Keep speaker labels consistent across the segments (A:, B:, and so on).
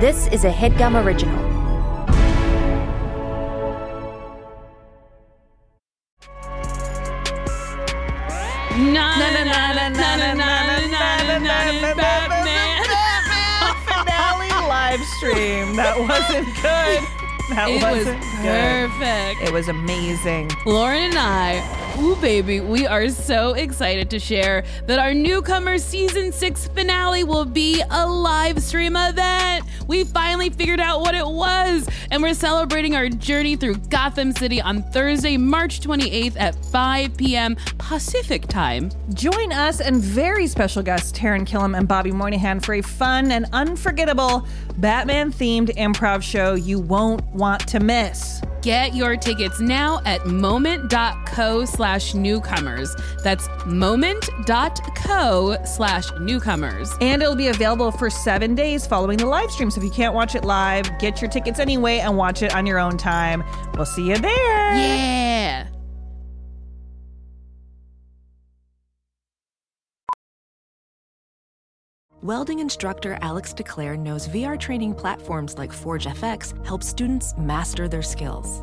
A: This is a headgum original.
B: Na na na na na na na na na Batman.
C: finale live stream. That wasn't good. That
B: It was
C: wasn't good.
B: perfect.
C: It was amazing.
B: Lauren and I, ooh baby, we are so excited to share that our newcomer season six finale will be a live stream event. We finally figured out what it was, and we're celebrating our journey through Gotham City on Thursday, March 28th at 5 p.m. Pacific time.
C: Join us and very special guests Taryn Killam and Bobby Moynihan for a fun and unforgettable Batman themed improv show you won't want to miss.
B: Get your tickets now at moment.co slash newcomers. That's moment.co slash newcomers.
C: And it'll be available for seven days following the live stream. So if you can't watch it live, get your tickets anyway and watch it on your own time. We'll see you there.
B: Yeah.
D: Welding instructor Alex DeClaire knows VR training platforms like Forge FX help students master their skills.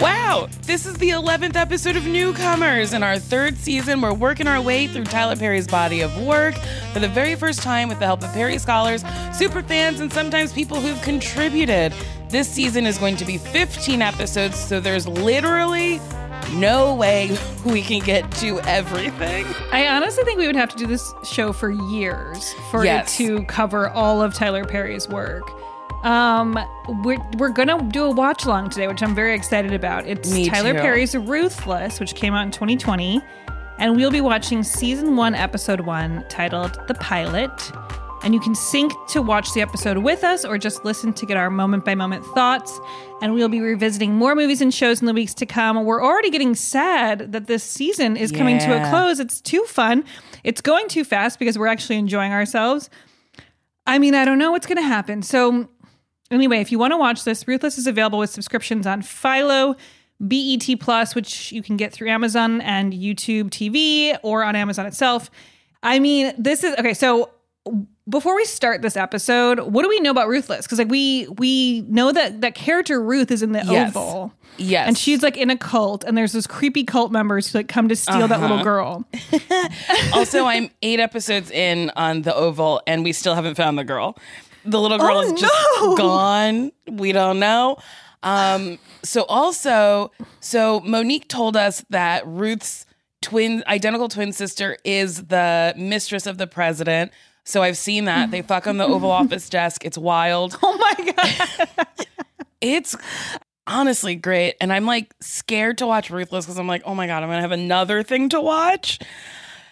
E: Wow! This is the 11th episode of Newcomers. In our third season, we're working our way through Tyler Perry's body of work for the very first time with the help of Perry scholars, super fans, and sometimes people who've contributed. This season is going to be 15 episodes, so there's literally no way we can get to everything.
F: I honestly think we would have to do this show for years for
E: Yes.
F: it to cover all of Tyler Perry's work. Um, we're we're gonna do a watch along today, which I'm very excited about. It's
E: Me
F: Tyler
E: too.
F: Perry's Ruthless, which came out in 2020, and we'll be watching season one, episode one, titled "The Pilot." And you can sync to watch the episode with us, or just listen to get our moment by moment thoughts. And we'll be revisiting more movies and shows in the weeks to come. We're already getting sad that this season is coming to a
E: Yeah.
F: close because it's too fun. It's going too fast because we're actually enjoying ourselves. I mean, I don't know what's going to happen. So, anyway, if you want to watch this, Ruthless is available with subscriptions on Philo, BET Plus, which you can get through Amazon and YouTube TV or on Amazon itself. I mean, this is okay. So, before we start this episode, what do we know about Ruthless? Because like we we know that that character Ruth is in the
E: Yes.
F: Oval.
E: Yes.
F: And she's like in a cult, and there's those creepy cult members who like come to steal that
E: Uh-huh.
F: little girl.
E: also, I'm eight episodes in on The Oval, and we still haven't found the girl. The little girl
F: Oh,
E: is just
F: no.
E: gone. We don't know. Um, so also, so Monique told us that Ruth's twin, identical twin sister, is the mistress of the president. So I've seen that they fuck on the Oval Office desk. It's wild.
F: Oh my god!
E: It's honestly great, and I'm like scared to watch Ruthless because I'm like, oh my god, I'm gonna have another thing to watch.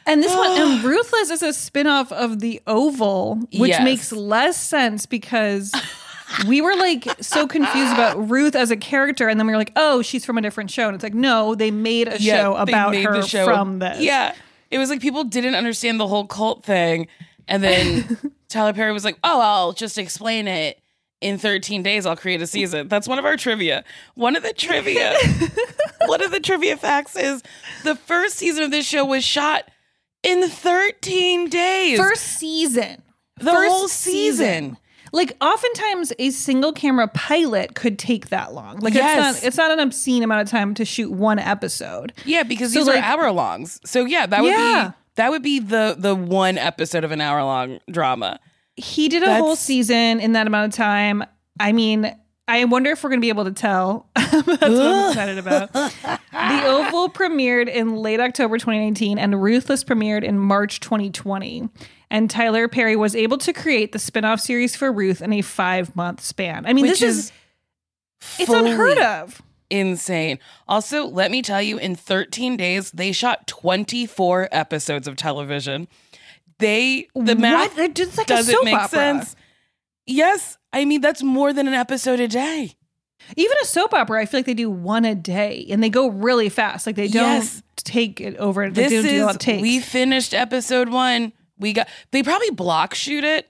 F: And this one, and Ruthless is a spin-off of The Oval, which
E: Yes.
F: makes less sense because we were like so confused about Ruth as a character, and then we were like, oh, she's from a different show, and it's like, no, they made a
E: Yeah,
F: show
E: they
F: about
E: made
F: her
E: the show-
F: from this.
E: Yeah. It was like people didn't understand the whole cult thing. And then Tyler Perry was like, oh, I'll just explain it. In 13 days, I'll create a season. That's one of our trivia. One of the trivia, one of the trivia facts is the first season of this show was shot in 13 days.
F: first season,
E: the
F: first
E: whole season.
F: Like oftentimes a single camera pilot could take that long. Like
E: Yes.
F: it's not it's not an obscene amount of time to shoot one episode.
E: Yeah, because
F: So,
E: these
F: like-
E: are hour longs. So yeah, that would
F: Yeah.
E: be that would be the the one episode of an hour long drama.
F: he did a
E: That's-
F: whole season in that amount of time. I mean, I wonder if we're going to be able to tell. That's what I'm excited about. the Oval premiered in late October 2019 and Ruthless premiered in March 2020. And Tyler Perry was able to create the spin-off series for Ruth in a 5-month span. I mean,
E: Which
F: this is,
E: is
F: It's unheard
E: Fully.
F: of.
E: insane. Also, let me tell you, in 13 days, they shot 24 episodes of television. They the math
F: They're just like a
E: doesn't
F: soap
E: make
F: opera.
E: sense. Yes, I mean that's more than an episode a day.
F: Even a soap opera, I feel like they do one a day and they go really fast. Like they don't
E: Yes.
F: take it over. They
E: This
F: don't do a lot of
E: is
F: takes.
E: we finished episode one. We got they probably block shoot it,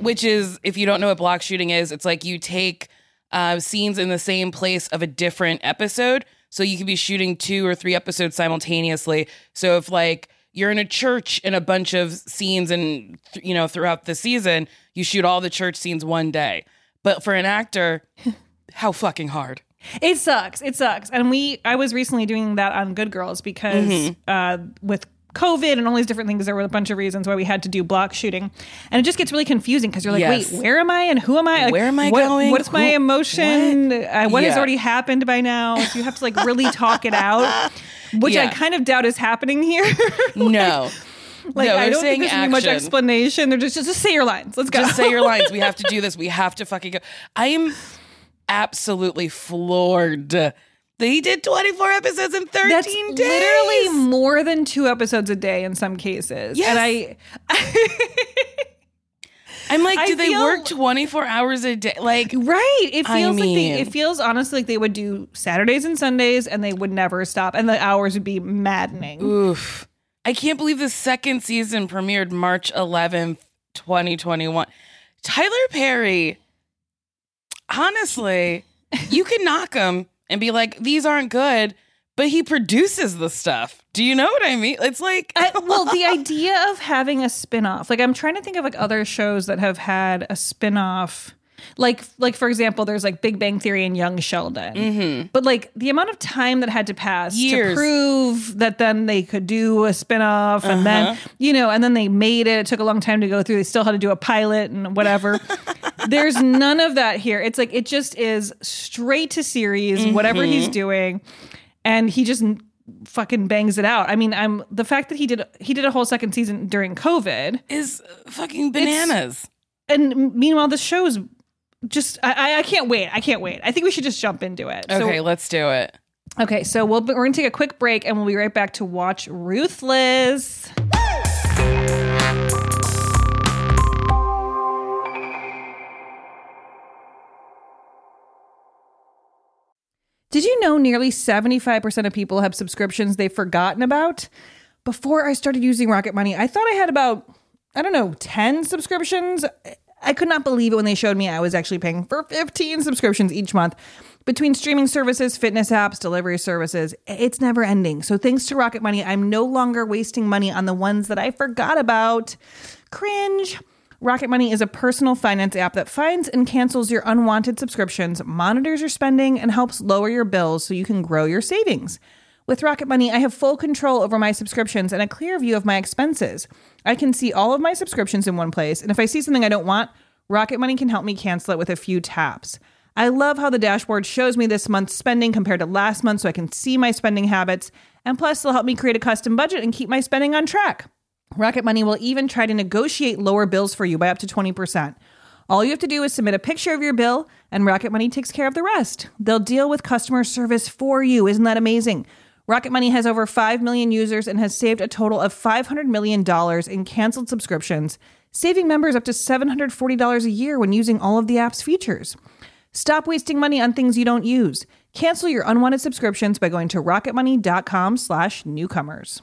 E: which is if you don't know what block shooting is, it's like you take uh, scenes in the same place of a different episode, so you could be shooting two or three episodes simultaneously. So if like you're in a church and a bunch of scenes and th- you know throughout the season, you shoot all the church scenes one day. But for an actor, how fucking hard.
F: It sucks. It sucks. And we, I was recently doing that on Good Girls because
E: Mm-hmm.
F: uh, with COVID and all these different things, there were a bunch of reasons why we had to do block shooting, and it just gets really confusing because you're like,
E: Yes.
F: wait, where am I and who am I? Like,
E: Where am I
F: what-
E: going?
F: What's my
E: Who-
F: emotion? Uh, what has
E: Yeah.
F: already happened by now? So you have to like really talk it out, which I
E: Yeah.
F: kind of doubt is happening here.
E: No.
F: like,
E: No,
F: I
E: they're
F: don't
E: saying
F: think there's gonna be much
E: action.
F: explanation. They're just just just say your lines. Let's go.
E: Just say your lines. We have to do this. We have to fucking go. I am absolutely floored. They did 24 episodes in 13
F: That's
E: days.
F: literally more than two episodes a day in some cases.
E: Yes.
F: And I
E: I'm like,
F: I
E: do they
F: feel-
E: work 24 hours a day? Like,
F: Right. It
E: I
F: feels like
E: mean-
F: they, it feels honestly like they would do Saturdays and Sundays and they would never stop and the hours would be maddening.
E: oof. I can't believe the second season premiered March 11th, 2021. Tyler Perry, honestly, you can knock him and be like, these aren't good, but he produces the stuff. Do you know what I mean? It's like,
F: I, well, the idea of having a spin-off. Like I'm trying to think of like other shows that have had a spin-off. Like like for example, there's like Big Bang Theory and Young Sheldon. But like the amount of time that had to pass
E: Years.
F: to prove that then they could do a spin-off and then you know, and then they made it. It took a long time to go through. They still had to do a pilot and whatever. there's none of that here. It's like it just is straight to series, whatever he's doing. And he just n- fucking bangs it out. I mean, I'm the fact that he did he did a whole second season during COVID,
E: is fucking bananas.
F: and meanwhile the show's just I, I- I can't wait. I can't wait. I think we should just jump into it.
E: okay, let's do it.
F: So, okay. So we'll we're gonna take a quick break and we'll be right back to watch Ruthless. Did you know nearly 75% of people have subscriptions they've forgotten about? Before I started using Rocket Money, I thought I had about, I don't know, 10 subscriptions. I could not believe it when they showed me I was actually paying for 15 subscriptions each month. Between streaming services, fitness apps, delivery services, it's never ending. So thanks to Rocket Money, I'm no longer wasting money on the ones that I forgot about. Cringe. Rocket Money is a personal finance app that finds and cancels your unwanted subscriptions, monitors your spending, and helps lower your bills so you can grow your savings. With Rocket Money, I have full control over my subscriptions and a clear view of my expenses. I can see all of my subscriptions in one place, and if I see something I don't want, Rocket Money can help me cancel it with a few taps. I love how the dashboard shows me this month's spending compared to last month so I can see my spending habits, and plus, it'll help me create a custom budget and keep my spending on track. Rocket Money will even try to negotiate lower bills for you by up to 20%. All you have to do is submit a picture of your bill, and Rocket Money takes care of the rest. They'll deal with customer service for you. Isn't that amazing? Rocket Money has over 5 million users and has saved a total of $500 million in canceled subscriptions, saving members up to $740 a year when using all of the app's features. Stop wasting money on things you don't use. Cancel your unwanted subscriptions by going to rocketmoney.com slash newcomers.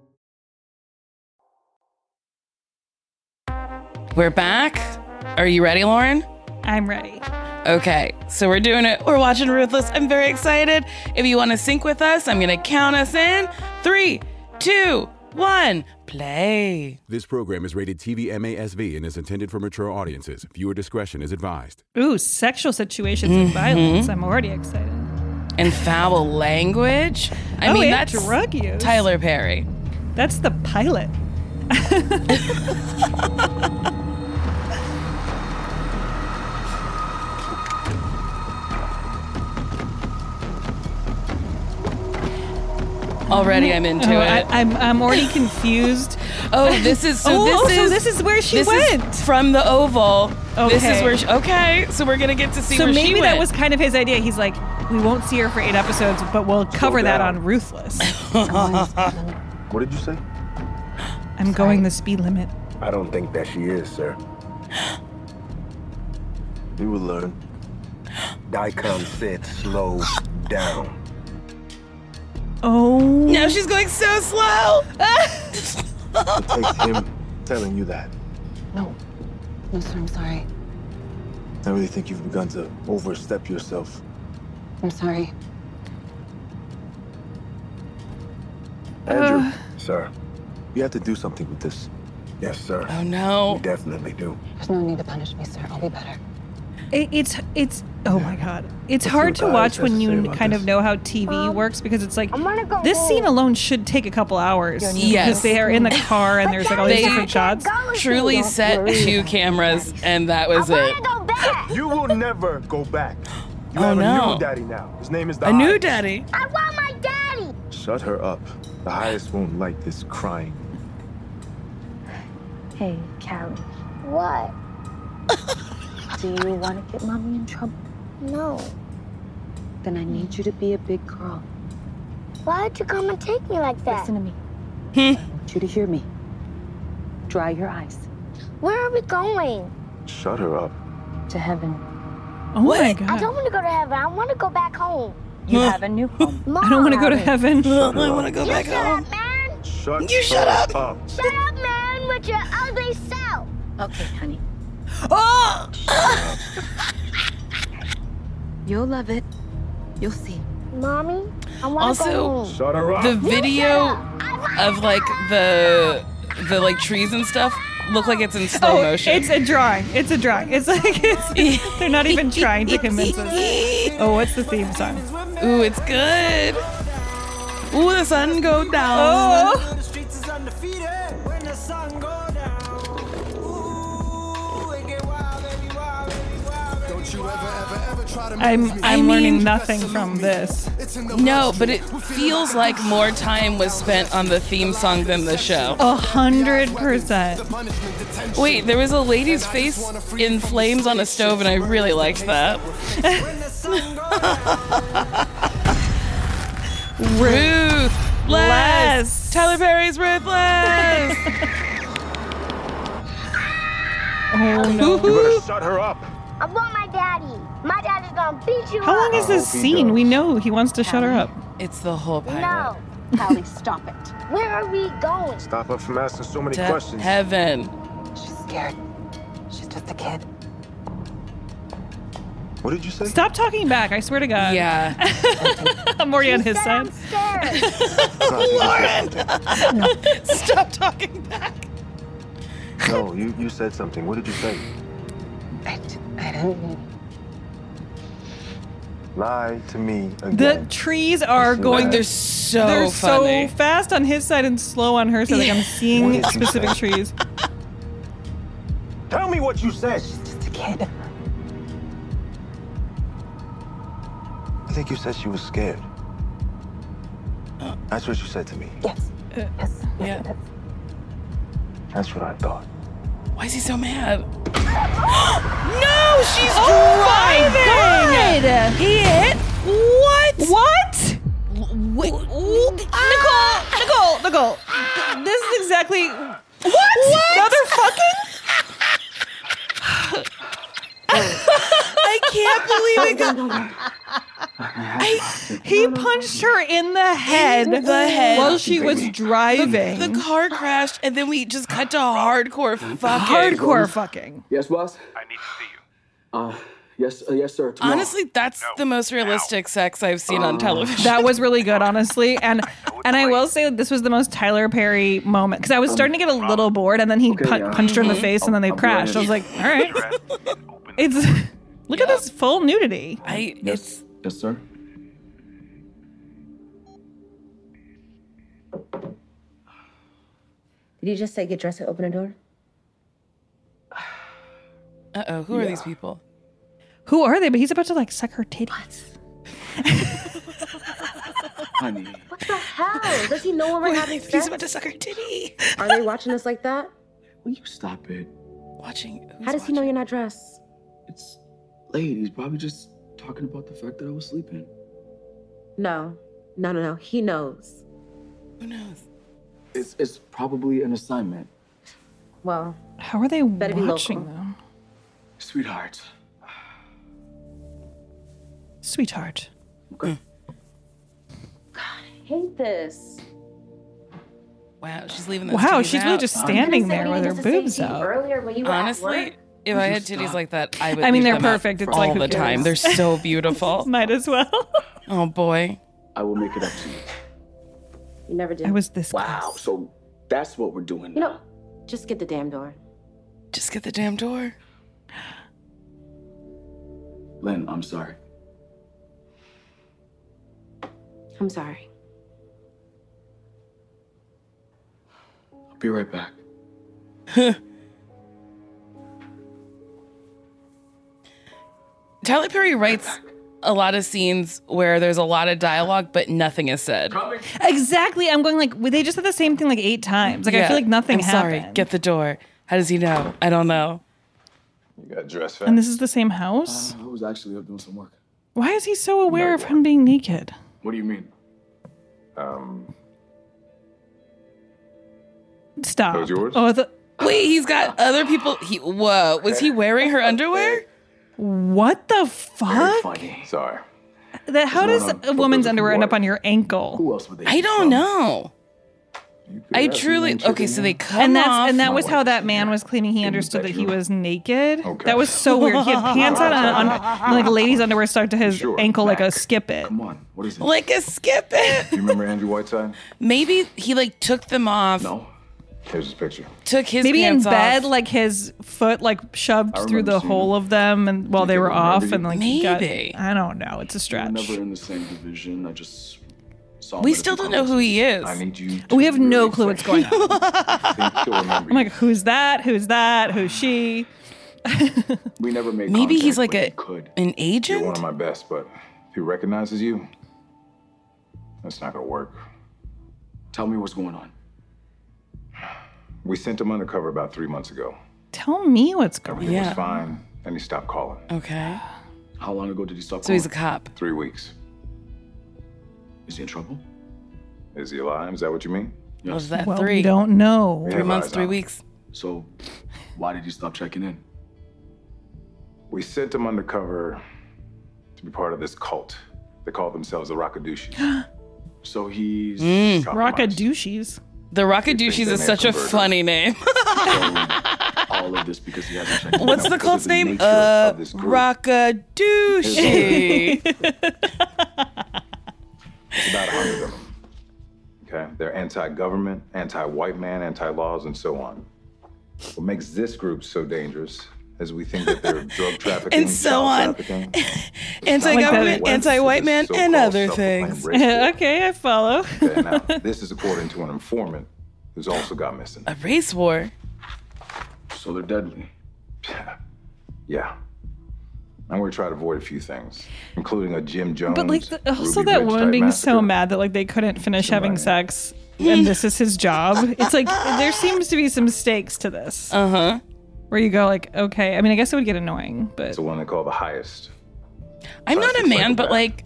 E: We're back. Are you ready, Lauren?
F: I'm ready.
E: Okay, so we're doing it. We're watching Ruthless. I'm very excited. If you want to sync with us, I'm going to count us in. Three, two, one. play.
G: This program is rated TV MASV and is intended for mature audiences. Viewer discretion is advised.
F: Ooh, sexual situations and violence. I'm already excited.
E: And foul language. I
F: Oh,
E: mean,
F: and
E: that's
F: drug use.
E: Tyler Perry.
F: That's the pilot.
E: Already, I'm into
F: Oh,
E: it.
F: I, I'm I'm already confused.
E: oh, this is so.
F: oh,
E: this
F: oh,
E: is
F: so this is where she
E: this is
F: went.
E: from the Oval. This is
F: Okay.
E: where. She, okay, so we're gonna get to see
F: so
E: where
F: maybe
E: she
F: that
E: went.
F: was kind of his idea. He's like, we won't see her for eight episodes, but we'll cover that
H: down.
F: on Ruthless.
H: What did you say?
F: I'm going the speed limit.
I: I don't think that she is, sir.
H: You will learn.
I: Dicom said slow down.
F: Oh,
E: now she's going so slow. Oh,
I: It takes him telling you that.
A: No, sir, I'm sorry.
I: I really think you've begun to overstep yourself.
A: I'm sorry.
I: Andrew,
E: Uh.
I: sir, you have to do something with this. Yes, sir.
E: Oh
I: We
E: no.
I: definitely do.
A: There's no need to punish me, sir. I'll be better.
F: it, it's it's oh my god, it's hard to
I: what
F: watch
I: Alex has
F: when
I: to say
F: you
I: about
F: kind of
I: this.
F: know how TV works because it's like
A: Um, gonna go
F: this
A: home.
F: scene alone should take a couple hours.
E: Yes.
F: because they are in the car and there's like all
E: They-
F: these different shots.
E: Truly set two cameras, and that was it.
A: go back.
I: You will never go back. You
E: Oh,
I: have a
E: no.
I: new daddy now. His name is the
E: A new
I: Hive.
E: daddy.
A: I want my daddy.
I: Shut her up. The highest won't like this crying.
A: Hey, Callie. What? Do you want to get mommy in trouble? No. Then I need you to be a big girl. Why'd you come and take me like that? Listen to me.
E: Hmm.
A: I want you to hear me. Dry your eyes. Where are we going?
I: Shut her up.
A: To heaven.
F: Oh my god, I don't,
A: want to go to heaven. I want to go back home. You have a new home. Mom,
F: want to go to heaven.
I: Shut her up.
E: Go back home.
A: man.
I: Shut
E: You
I: her
E: shut up.
A: Shut up, man, with your ugly self. Okay, honey.
E: Oh!
A: You'll love it. You'll see. Mommy, I want to go
E: Also,
A: home.
I: Shut her up.
E: the video of like the the like trees and stuff look like it's in slow
F: Oh,
E: motion.
F: it's a drawing. It's a drawing. It's like it's, they're not even trying to convince us. Oh, what's the theme song?
E: Ooh, it's good. Ooh, the sun go down.
F: Oh, I'm I'm learning nothing from this.
E: No, but it feels like more time was spent on the theme song than the show.
F: A hundred percent.
E: Wait, there was a lady's face in flames on a stove, and I really liked that. Ruthless. Tyler Perry's Ruthless.
I: You better shut her up.
A: I want my daddy. My daddy's gonna beat you
F: How long is this
I: hope he
F: scene?
I: does.
F: We know he wants to shut her up.
E: It's the whole pilot.
A: No. Callie, stop it. Where are we going?
I: Stop her from asking so many
E: To
I: questions.
E: heaven.
A: She's scared. She's just a kid.
I: What did you say?
F: Stop talking back. I swear to God.
E: Yeah.
F: I'm already on his side.
A: scared.
E: Stop talking back.
I: No, you, you said something. What did you say?
A: I, I don't need
I: Lie to me
F: The
I: again.
F: trees are going.
E: They're
F: They're,
E: so
F: they're
E: funny.
F: so fast on his side and slow on her side. Like I'm
I: What
F: seeing
I: did you
F: specific
I: say?
F: trees.
I: Tell me what you said.
A: just a kid.
I: I think you said she was scared. That's what you said to me.
A: Yes. Yes.
E: yeah.
I: That's what I thought.
E: Why is he so mad?
F: Oh,
E: no, she's driving.
F: He hit. What? What?
E: Wait,
F: Nicole, Nicole, Nicole. th- This is exactly ah! what? Motherfucking.
E: I can't believe it. Got
F: He punched her in the head.
E: the head.
F: While she was driving.
E: the car crashed, and then we just cut to hardcore fucking.
F: Hardcore fucking.
J: Yes, boss? I need to see you. Uh,
I: Yes, uh, yes, sir. Tomorrow.
E: Honestly, that's the most realistic sex I've seen on television.
F: That was really good, honestly. And and I will say that this was the most Tyler Perry moment because I was starting to get a little bored, and then he
I: Okay,
F: pun-
I: yeah.
F: punched her in the
I: Mhm.
F: face, and then they
I: I'm
F: crashed. I was like,
I: ready.
F: all right, it's look at this full nudity.
E: I
I: yes, yes, sir.
J: Did you just say get dressed and open a door?
E: Uh oh, who are these people?
F: Who are they? But he's about to like suck her titties.
I: Honey.
J: What the hell? Does he know when we're having sex? He's about
E: to suck her titty.
J: Are they watching us like that?
I: Will you stop it?
E: Watching.
J: How does he know you're not dressed?
I: It's late. He's probably just talking about the fact that I was sleeping.
J: No. No, no, no. He knows.
E: Who knows?
I: It's it's probably an assignment,
J: Well,
F: How are they
J: Better be
F: watching
J: local.
F: them?
I: sweetheart.
F: Sweetheart.
E: Hmm.
J: I hate this.
E: Wow, she's leaving those
F: Wow,
E: titties
F: she's really
E: out.
F: just standing there with her boobs out.
J: Earlier when you were at
E: Honestly,
J: work,
E: if
F: Would
E: I
F: you
E: had titties
F: stop?
E: like that, I would.
F: I mean,
E: leave
F: they're
E: them out
F: perfect. It's
E: all
F: like, who
E: the time. They're
F: cares?
E: so beautiful.
F: Might as well.
E: Oh boy.
I: I will make it up to you.
J: you never did.
F: I was this.
K: Oh,
I: Wow. So that's what we're doing.
J: You know, just get the damn door.
E: Just get the damn door.
I: Lynn, I'm sorry.
J: I'm sorry.
I: I'll be right back.
E: Tyler Perry writes a lot of scenes where there's a lot of dialogue, but nothing is said.
F: Exactly. I'm going like they just said the same thing like eight times. Like I feel like nothing
E: i
F: happened.
E: Sorry, get the door. How does he know? I don't know.
I: You got dressed
F: And this is the same house.
I: Uh, I was actually up doing some work.
F: Why is he so aware of him being naked?
I: What do you mean? Um,
F: Stop.
I: Those yours?
F: Oh, the,
E: Wait, he's got other people. He whoa, was he wearing her underwear?
F: what the fuck?
I: funny. Sorry.
F: That how
I: There's
F: does
I: one on-
F: a woman's
I: those are
F: underwear end up
I: water.
F: on your ankle?
I: Who else would they?
E: I don't know. I
I: ask
E: truly
I: someone
E: okay. So they come
F: And that's
E: off.
F: and that was how that man was claiming he understood that he was naked. That was so weird. He had pants on, on, on like ladies' underwear stuck to his ankle like a skip it.
I: Come on. What is it?
E: like a skip it.
L: Do you remember Andrew Whiteside?
E: Maybe he like took them off.
I: No.
L: Here's his picture.
E: Took his
F: Maybe in
E: pants off.
F: bed, like his foot like shoved through the hole of them, and while they were off, and like he got-
E: Maybe.
F: I don't know. It's a stretch.
I: Never in the same division. I just saw. him
E: We
I: at a
E: still
I: few
E: don't know who he is.
L: I need you.
F: We have no clue what's going on.
L: I'm
F: like, who's that? Who's that? Who's she?
L: We never made
E: Maybe
L: contact,
E: he's like
L: but
E: a
L: you could.
E: an
L: You're one
E: agent.
L: of my best, but if he recognizes you, that's not gonna work.
I: Tell me what's going on.
L: We sent him undercover about three months ago.
F: Tell me what's going
L: Everything
F: on.
L: was fine, and he stopped calling.
E: Okay.
I: How long ago did he stop?
E: So he's a
I: calling?
E: cop.
L: Three weeks.
I: Is he in trouble?
L: Is he alive? Is that what you mean?
E: What was that?
F: Well,
E: three.
F: we don't know.
E: Three
L: Yeah,
E: months.
L: lies
E: Three
L: on.
E: weeks.
I: So, why did you stop checking in?
L: We sent him undercover to be part of this cult. They call themselves the Rakadushi.
I: So he's
E: Mm.
F: Rocka douchies.
E: The
L: You think
E: Rockadoochies
L: they made
E: is such a
L: some burger?
E: funny name.
I: all of this because he hasn't checked in.
E: What's the cult's name? Uh, Rockadoochie.
L: It's about a hundred of them. Okay, they're anti-government, anti-white man, anti-laws, and so on. What makes this group so dangerous is we think that they're drug trafficking,
E: And so
L: child
E: on.
L: trafficking, Like
E: Anti-government,
L: that.
E: anti-white man, and
L: so-called
E: other
L: self-proclaimed
E: things.
L: racist.
F: okay, I follow.
L: Okay, now, uh, this is according to an informant who's also got missing.
E: A race war.
I: So they're deadly.
L: Yeah. I'm going to try to avoid a few things, including a Jim Jones.
F: But like, the, also
L: Ruby
F: that
L: Ridge
F: woman
L: type
F: being
L: massacre.
F: so mad that like they couldn't finish having sex, and this is his job. It's like there seems to be some stakes to this,
E: Uh huh.
F: where you go like, okay. I mean, I guess it would get annoying, but
L: It's the one they call the highest.
E: I'm not a man, but
L: that.
E: like,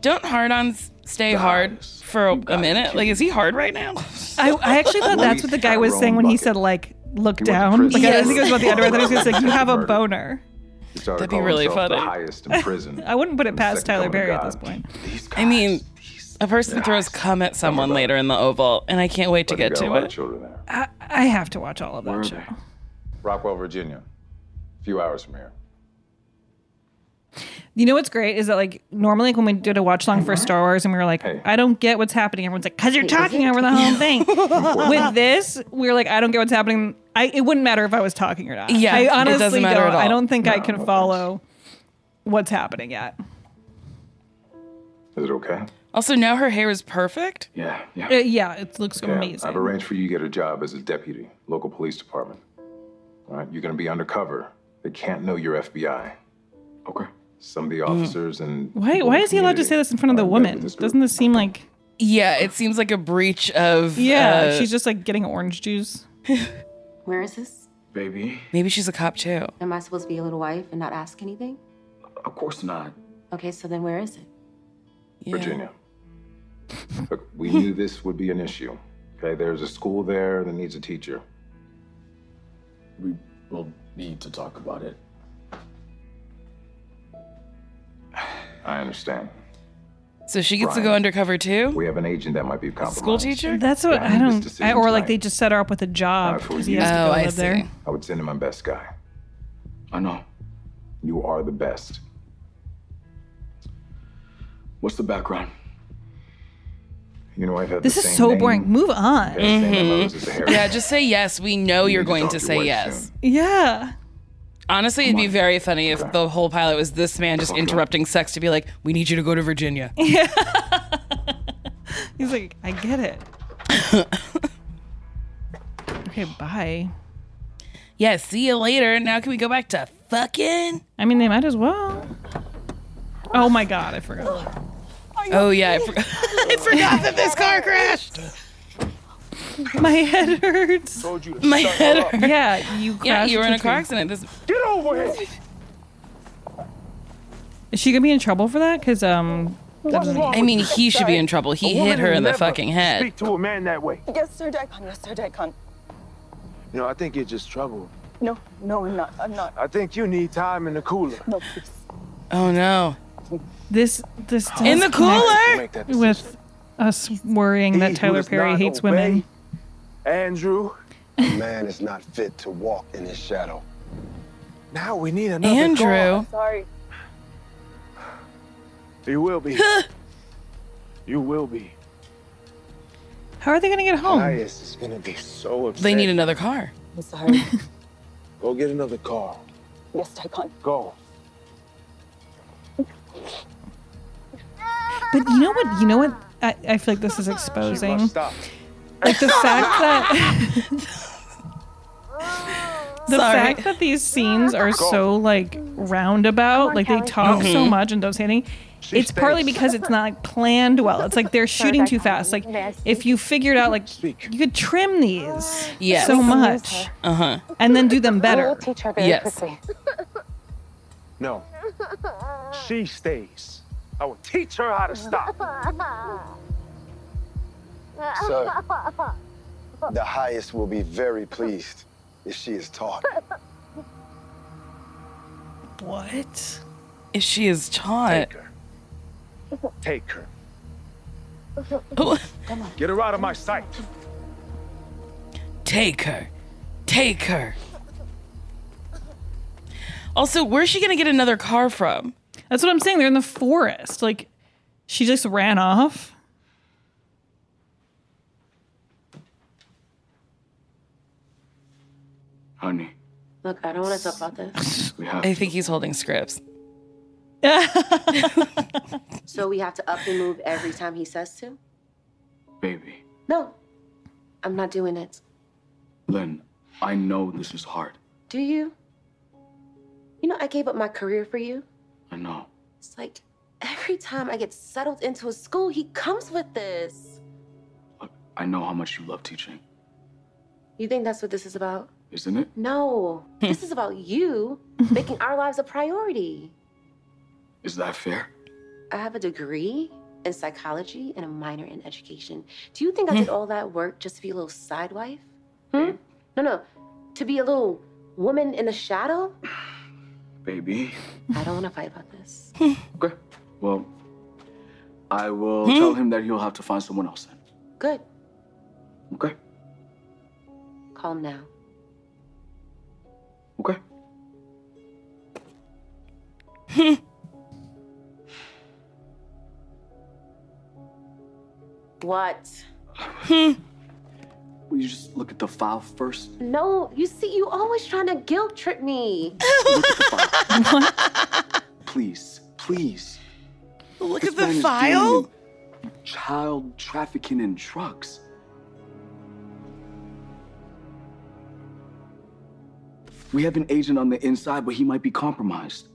E: don't hard on stay hard for a, a minute. Like, is he hard right now?
F: I, I actually thought that's what the guy was saying when he said like, look down. Like I didn't think it was about the underwear. I thought he was gonna say you have a boner.
L: He started
E: That'd be
L: calling
E: really
L: himself
E: funny.
L: The highest in prison.
F: I wouldn't put it past
L: second
F: Tyler
L: coming of
F: Perry at
L: God.
F: this point.
E: I mean, a person throws cum at someone later in the Oval, and I can't wait to
L: But they
E: get
L: got a
E: to
L: lot of
E: it.
L: children there.
F: I, I have to watch all of that show.
L: Rockwell, Virginia. A few hours from here.
F: You know what's great is that like normally like, when we did a watch along for Star Wars and we were like, I don't get what's happening. Everyone's like, because you're
C: Hey,
F: talking
C: is it-
F: over the whole thing. With this, we were like, I don't get what's happening. I it wouldn't matter if I was talking or not.
E: Yeah,
F: I
E: it doesn't
F: honestly
E: matter
F: don't.
E: at all.
F: I don't think I
E: No,
F: can
E: no
F: follow what's happening yet.
L: Is it okay?
E: Also, now her hair is perfect.
L: Yeah, yeah.
F: Uh, yeah, it looks
L: Okay,
F: amazing.
L: I've arranged for you to get a job as a deputy, local police department. All right, you're going to be undercover. They can't know you're FBI. Okay. Some of the officers and
F: Mm. Why why is he allowed to say this in front of the woman? Doesn't this seem like
E: Yeah, it seems like a breach of.
F: Yeah,
E: uh,
F: she's just like getting orange juice.
J: Where is this?
M: Baby,
E: Maybe she's a cop too.
J: Am I supposed to be a little wife and not ask anything?
M: of course not.
J: Okay, so then where is it?
L: Virginia. Look, we knew this would be an issue. Okay, there's a school there that needs a teacher.
M: We will need to talk about it.
L: I understand.
E: So she gets to go
L: Brian.
E: undercover too.
L: We have an agent that might be compromised.
E: School teacher.
F: That's what I don't. I,
L: decision
F: or like
L: tonight.
F: they just set her up with a job
L: If it was
F: because he
L: you,
E: Oh,
F: has to go live there.
L: I would send him my best guy.
M: I know.
L: You are the best.
M: What's the background?
L: You know, I've had
F: This
L: the
F: is
L: same
F: so
L: name.
F: boring. Mm-hmm. Move on.
L: Mhm.
E: Yeah, just say yes. We know
L: You
E: you're
L: need to
E: going
L: talk
E: to
L: to
E: say
L: White
E: yes.
F: Yeah.
E: Honestly, it'd be very funny if the whole pilot was this man just interrupting sex to be like, "We need you to go to Virginia."
F: He's like, I get it. okay, bye.
E: Yeah, see you later. Now can we go back to fucking?
F: I mean, they might as well. Oh my god, I forgot.
E: Oh yeah, I, for- I forgot that this car crashed.
F: My head hurts.
E: My head. Hurts.
F: Yeah, you crashed.
E: Yeah, you were in a
F: into
E: car
F: tree.
E: accident. This
L: Get over here.
F: Is she gonna be in trouble for that? Because um, that doesn't make-
E: I mean, he should be in trouble. He hit her in the fucking head.
I: to a man that way.
N: Yes, sir, Daikon. Yes, sir, Daikon.
I: You know, I think you're just trouble.
N: No, no, I'm not. I'm not.
I: I think you need time in the cooler.
N: No, please.
E: Oh no.
F: This this does
E: In the
F: connect
I: cooler?
F: with us worrying that
I: He who
F: Tyler
I: does
F: Perry
I: not
F: hates
I: obey
F: women.
I: Andrew. A man is not fit to walk in his shadow. Now we need another
N: Andrew.
I: guard.
N: I'm sorry.
I: You will be. you will be.
F: How are they gonna get home?
I: Elias is gonna be so upset.
E: They need another car.
N: I'm sorry.
I: Go get another car.
N: yes, Daikon.
I: Go.
F: But you know what? You know what? I, I feel like this is exposing.
I: stop.
F: Like the fact that the
I: Sorry.
F: fact that these scenes are so like roundabout, like they talk so
E: Mhm.
F: much and don't say anything. it's partly
E: stinks.
F: because it's not like planned well. It's like they're shooting too fast. Like if you figured out like you could trim these
E: Yes.
F: so much
E: Uh huh.
F: and then do them better.
N: We'll teach her very
F: Yes.
N: quickly.
I: No. She stays. I will teach her how to stop.
K: Sir, the highest will be very pleased if she is taught.
F: What?
E: If she is taught.
I: Take her.
E: Oh,
I: Get her out of my sight.
E: Take her. Take her. Also, where's she gonna get another car from?
F: That's what I'm saying. They're in the forest. Like she just ran off.
M: Honey,
J: Look, I don't want to talk about this.
M: we have
E: I think he's holding scripts.
J: so we have to up and move every time he says to?
M: baby.
J: No, I'm not doing it.
M: Lynn, I know this is hard.
J: Do you? You know, I gave up my career for you.
M: I know.
J: It's like every time I get settled into a school, he comes with this.
M: I know how much you love teaching,
J: You think that's what this is about?
M: isn't it?
J: No, this is about you making our lives a priority.
M: Is that fair?
J: I have a degree in psychology and a minor in education. Do you think I
F: Hmm.
J: did all that work just to be a little side wife? Hmm? No, no, to be a little woman in the shadow?
M: Baby.
J: I don't want to fight about this.
M: Okay. Well, I will tell him that he'll have to find someone else then.
J: Good.
M: Okay.
J: Call him now.
M: Okay.
J: what?
O: Will you just look at the file first?
J: No, you see, you always trying to guilt trip me.
O: Please, please.
E: Look
J: at the
O: man is
J: file?
O: dealing in Child trafficking and drugs. We have an agent on the inside, but he might be compromised.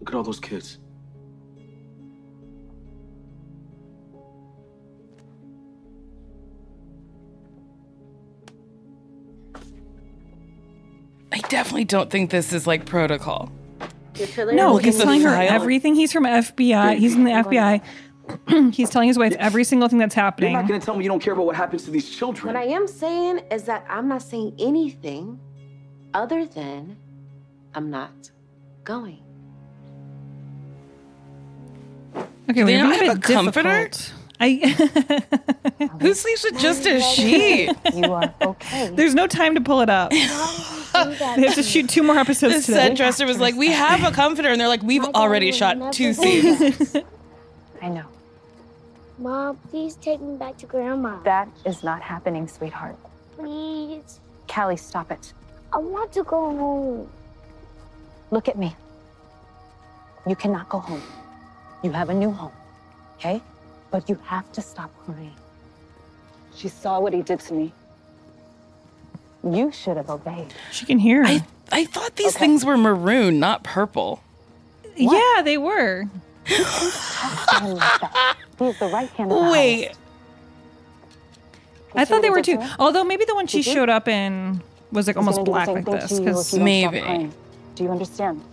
O: Look at all those kids.
E: I definitely don't think this is like protocol.
F: No,
E: Look at
F: he's
E: the
F: telling her
E: file.
F: everything. He's from FBI. He's in the FBI. he's telling his wife every single thing that's
O: You're
F: happening.
O: not gonna tell me you don't care about what happens to these children.
J: What I am saying is that I'm not saying anything other than I'm not going.
F: Okay,
E: they
F: we're
E: don't
F: being
E: have a
F: bit
E: comforter.
F: I
E: Who sleeps with just a sheet?
P: You are okay.
F: There's no time to pull it up. they have to shoot two more episodes
E: The
F: today.
E: set dresser was like, "We have a comforter," and they're like, "We've already shot two scenes."
P: I know. Mom, please take me back to Grandma. That is not happening, sweetheart. Please. Callie, stop it. I want to go home. Look at me. You cannot go home. You have a new home, okay? But you have to stop crying. She saw what he did to me. You should have obeyed.
F: She can hear.
E: I I thought these things were maroon, not purple.
F: Yeah, they were.
P: He's the right hand.
F: Wait. I thought they were too. Although maybe the one she
Q: Did you?
F: showed up in was like
Q: He's
F: almost
Q: gonna do the
F: black
Q: same
F: like
Q: thing
F: this.
Q: to you if
F: Because
Q: you don't stop crying. Do you understand?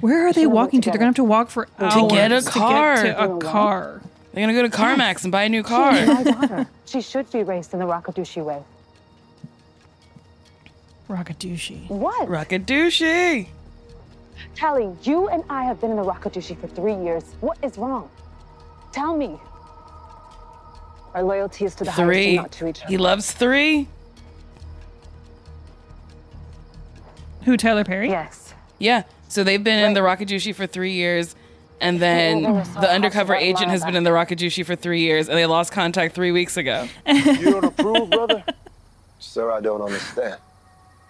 F: Where are they walking to? They're gonna have to walk for hours
E: to get a
F: to
E: car.
F: to a car.
E: They're gonna go to CarMax and buy a new car.
P: She's my daughter. she should be raised in the Rakadushi way.
F: Rakadushi.
P: What?
E: Rockadouche.
P: Callie, you and I have been in the Rakadushi for three years. What is wrong? Tell me. Our loyalty is to the highest and
E: Three.
P: not to each other.
E: He loves three.
F: Who, Tyler Perry?
P: Yes.
E: Yeah. So they've been in the Rockadouche for three years. And then
P: Well, there's
E: the undercover agent has been in the Rockadouche for three years, and they lost contact three weeks ago.
I: Prove, brother? Sir, I don't understand.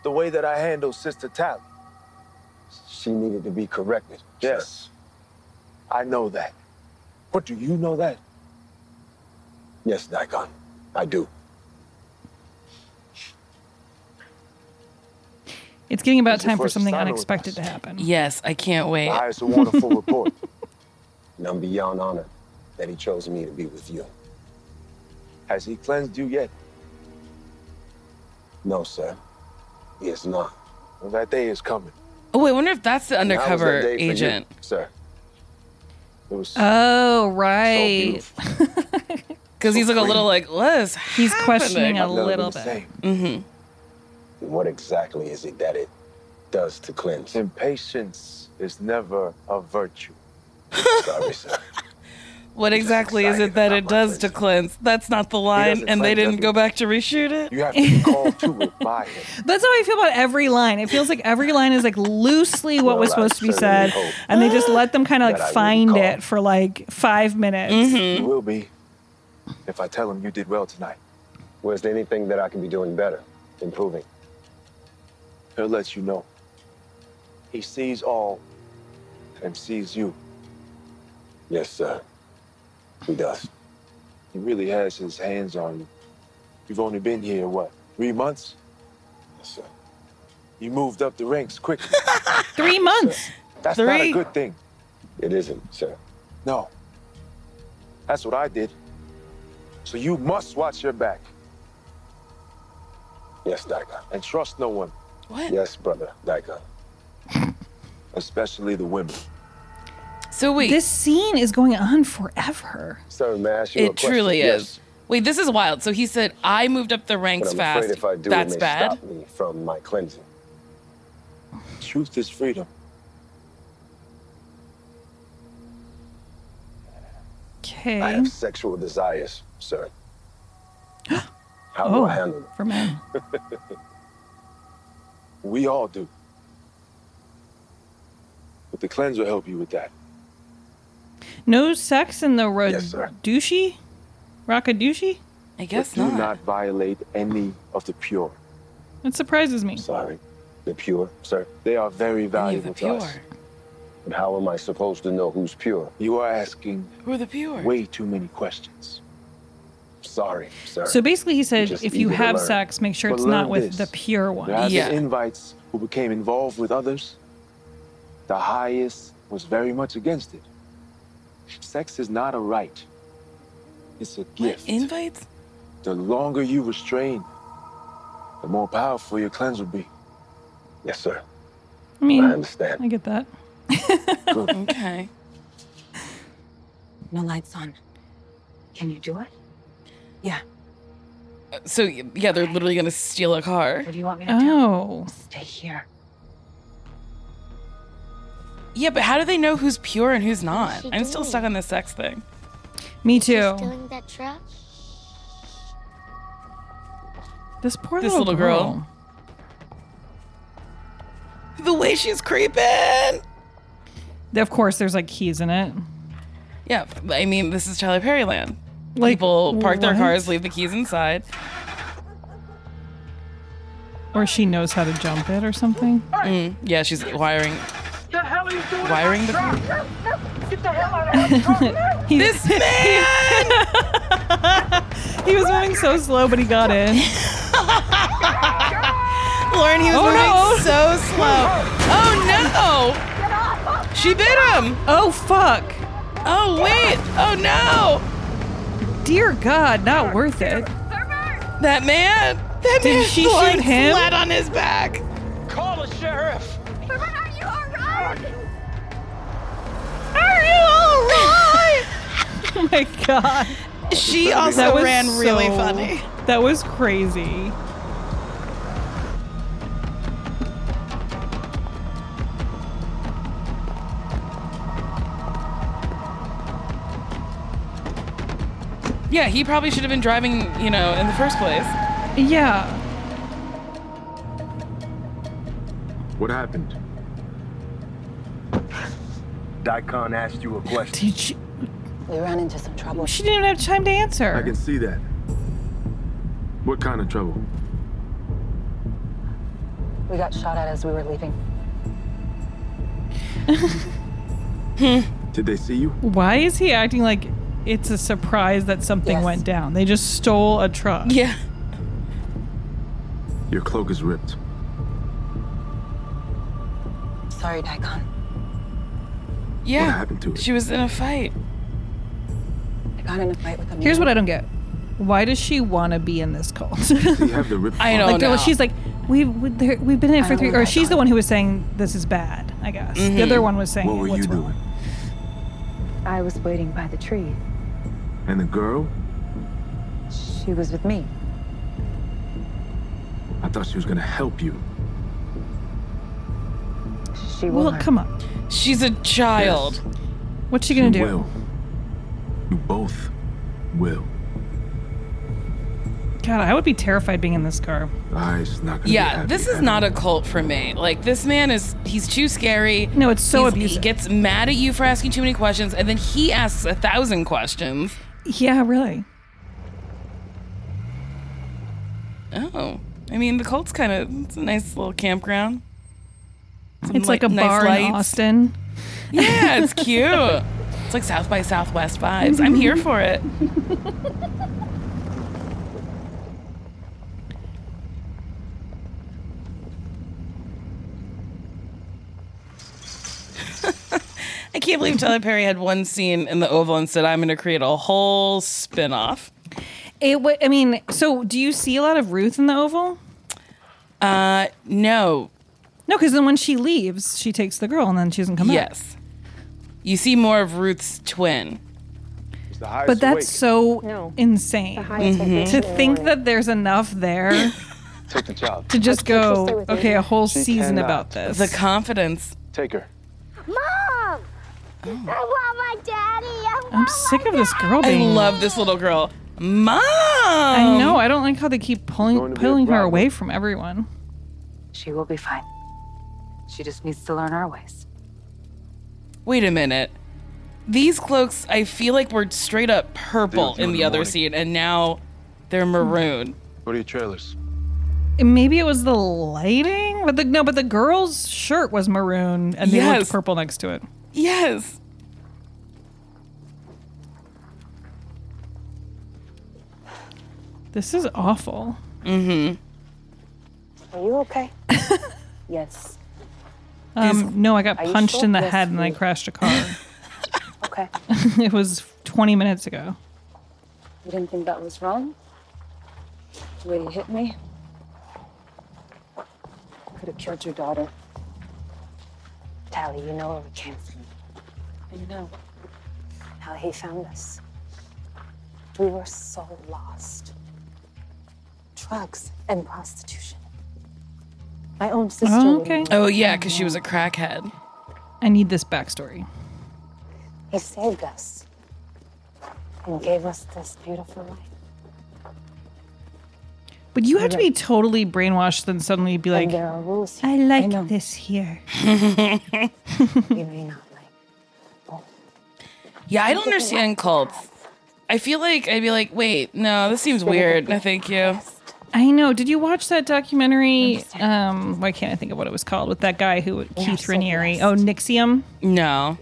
I: The way that I handle Sister Tally.
K: She needed to be corrected.
I: Yes. I know that. But do you know that?
K: Yes, Daikon. I do.
F: It's getting about
K: This is the
F: time for
K: first
F: something
K: assignment
F: unexpected to happen.
E: Yes, I can't wait.
K: I it's a wonderful report. And I'm beyond honored that he chose me to be with you.
I: Has he cleansed you yet?
K: No, sir. He is not.
I: Well, that day is coming.
E: Oh, I wonder if that's the
I: And how was that
E: undercover
I: day for you?
E: agent.
K: Sir.
I: It was
F: Oh right.
E: Because he's like a little like, what is
F: He's questioning
E: happening?
F: a little bit.
E: Mm-hmm.
K: And what exactly is it that it does to cleanse?
I: Impatience is never a virtue.
K: Sorry, sir.
E: What exactly is it that it does to cleanse? That's not the line,
I: doesn't
E: and they
I: cleanse
E: didn't go back to reshoot it.
I: You have to be called to it by him.
F: That's how I feel about every line. It feels like every line is like loosely what was
I: Well, I
F: supposed to be said,
I: certainly hope
F: and they just let them kind of
I: that I
F: like
I: will
F: find it for like five minutes.
K: Hmm?
I: You will be if I tell him you did well tonight.
K: Was there anything that I can be doing better? Improving?
I: He'll let you know. He sees all and sees you.
K: Yes, sir. He does.
I: He really has his hands on you. You've only been here, what, three months?
K: Yes, sir.
I: You moved up the ranks quickly.
F: Three months.
I: That's not a good thing.
K: It isn't, sir.
I: No. That's what I did. So you must watch your back
K: Yes, Daikon.
I: and trust no one,
E: What?
K: Yes, brother, Daikon.
I: especially the women.
E: So wait,
F: This scene is going on forever.
K: Sir, may I ask you a
E: it
K: question?
E: truly
K: Yes,
E: is. Wait, this is wild. So he said, I moved up the ranks
K: but I'm
E: fast.
K: afraid if I do,
E: That's
K: it may
E: bad.
K: stop me from my cleansing.
I: Truth is freedom.
F: Okay.
K: I have sexual desires, sir. How do I handle
F: Oh, for men.
K: them?
I: We all do. But the cleanse will help you with that.
F: No sex in the road.
I: Yes, sir.
F: Douchey? Rockadouchey? I
I: but Do not violate any of the pure.
F: That surprises me.
K: Sorry.
I: The pure, sir? They are very valuable to us.
K: But how am I supposed to know who's pure?
I: You are asking
E: Who are the pure?
I: way too many questions.
K: Sorry, sir.
F: So basically, he said
I: Just
F: if you
I: eager to
F: have
I: learn.
F: sex, make sure
I: But
F: it's not
I: learn
F: with
I: this.
F: the pure one.
I: There have been invites who became involved with others. The highest was very much against it. Sex is not a right. It's a gift.
E: Invites?
I: The longer you restrain, the more powerful your cleanse will be.
K: Yes, sir.
F: I mean,
K: I understand.
F: I get that.
E: okay.
J: No lights on. Can you do it? Yeah.
E: So y- yeah, they're literally gonna steal a car.
J: What do you want me to
F: Oh.
J: do? Stay here.
E: Yeah, but how do they know who's pure and who's not? I'm still stuck on the sex thing.
F: Me too.
R: Stealing that trash?
F: This poor
E: This
F: little,
E: little girl. The way she's creeping.
F: Of course, there's like keys in it.
E: Yeah, I mean this is Tyler Perry land.
F: Like,
E: People park their
F: what?
E: cars, leave the keys inside.
F: Or she knows how to jump it or something.
E: Mm, yeah, she's wiring.
S: The hell are you doing? in
E: Wiring
S: my
E: the-
S: truck? Get the hell out of my truck!
E: this man!
F: he was moving so slow, but he got in.
E: Lauren, he was
F: Oh,
E: moving
F: no.
E: so slow. Oh no! She bit him.
F: Oh fuck!
E: Oh wait! Oh no!
F: Dear God, not worth it.
E: That man. That
F: Did
E: man
F: she
E: is lying
F: shoot him?
E: Flat on his back.
S: Call the sheriff!
E: Are you alright?
F: Oh my God.
E: She also
F: was
E: ran really funny.
F: That was crazy.
E: Yeah, he probably should have been driving, you know, in the first place.
F: Yeah.
I: What happened?
K: Daikon asked you a question.
F: Did she?
N: We ran into some trouble.
F: She didn't even have time to answer.
I: I can see that. What kind of trouble?
N: We got shot at as we were leaving.
I: Did they see you?
F: Why is he acting like it's a surprise that something went down? They just stole a truck.
E: Yeah.
I: Your cloak is ripped.
N: Sorry, Daikon.
E: Yeah.
N: What happened to it?
E: She was in a fight.
N: I got in a fight with a man.
F: Here's what I don't get. Why does she want to be in this cult?
I: You have the ripped.
F: like,
I: cloak.
F: there- She's like, we've we, there, we've been in it
N: I
F: for
N: don't
F: three.
N: know
F: Or
N: about
F: she's the one who was saying this is bad. I guess the other one was saying.
I: Mm-hmm. What were
F: "What's
I: you
F: wrong?"
I: doing?
N: I was waiting by the tree.
I: And the girl?
N: She was with me.
I: I thought she was gonna help you.
N: She
F: Well,
N: won't.
F: come on.
E: She's a child.
F: What's she gonna do?
I: Will. You both will.
F: God, I would be terrified being in this car.
I: I it's not gonna
E: Yeah, this is not a cult for me. Like this man is he's too scary. No,
F: it's so
E: He
F: abusive.
E: gets mad at you for asking too many questions and then he asks a thousand questions.
F: Yeah, really.
E: Oh. I mean the cult's kinda it's a nice little campground. Some
F: it's like,
E: li-
F: a
E: nice
F: bar in
E: lights.
F: Austin.
E: Yeah, it's cute. it's like South by Southwest vibes. I'm here for it. I can't believe Tyler Perry had one scene in the Oval and said, I'm going to create a whole spin off.
F: It. W- I mean, so do you see a lot of Ruth in the Oval?
E: Uh, no.
F: No, because then when she leaves, she takes the girl, and then she doesn't come back.
E: Yes. You see more of Ruth's twin.
F: But that's so insane Mm-hmm.
E: highest Mhm.
F: to
E: vacation in the
F: think that there's enough there
I: Take the child.
F: to just go. Okay, a whole
I: She
F: season
I: cannot.
F: about this.
E: The confidence.
I: Take her.
P: Oh.
R: Mom! I want my daddy. I want
F: I'm sick of this girl
E: I
F: being.
E: love this little girl. Mom!
F: I know. I don't like how they keep pulling
N: be a
F: pulling her
N: problem.
F: away from everyone.
N: She will be fine. She just needs to learn our ways.
E: Wait a minute. These cloaks, I feel like were straight up purple
I: Two in
E: in the
I: the
E: other
I: morning.
E: scene, and now they're maroon.
I: Go to your trailers.
F: Maybe it was the lighting, but the no, but the girl's shirt was maroon and they
E: Yes.
F: looked purple next to it.
E: Yes.
F: This is awful.
E: Mm-hmm.
N: Are you okay? yes.
F: Um, no, I got
N: Are you
F: punched
N: sure?
F: in the
N: Yes,
F: head and I
N: you-
F: crashed a car.
N: Okay.
F: it was 20 minutes ago.
N: You didn't think that was wrong? The way you hit me? Could have killed your daughter. Tally, you know where we came from. You know how he found us. We were so lost. Drugs and prostitution. My own sister.
F: Oh,
N: would
F: okay.
N: know.
E: Oh yeah, because she was a crackhead.
F: I need this backstory.
N: He saved us and gave us this beautiful life.
F: But you have to be totally brainwashed, then suddenly be like,
N: there are rules.
F: I like this here.
N: You may not.
E: Yeah, I don't understand cults. I feel like I'd be like, wait, no, this seems weird. No, thank you.
F: I know. Did you watch that documentary? Um, why can't I think of what it was called? With that guy who Keith Raniere. Oh, Nixium.
E: No.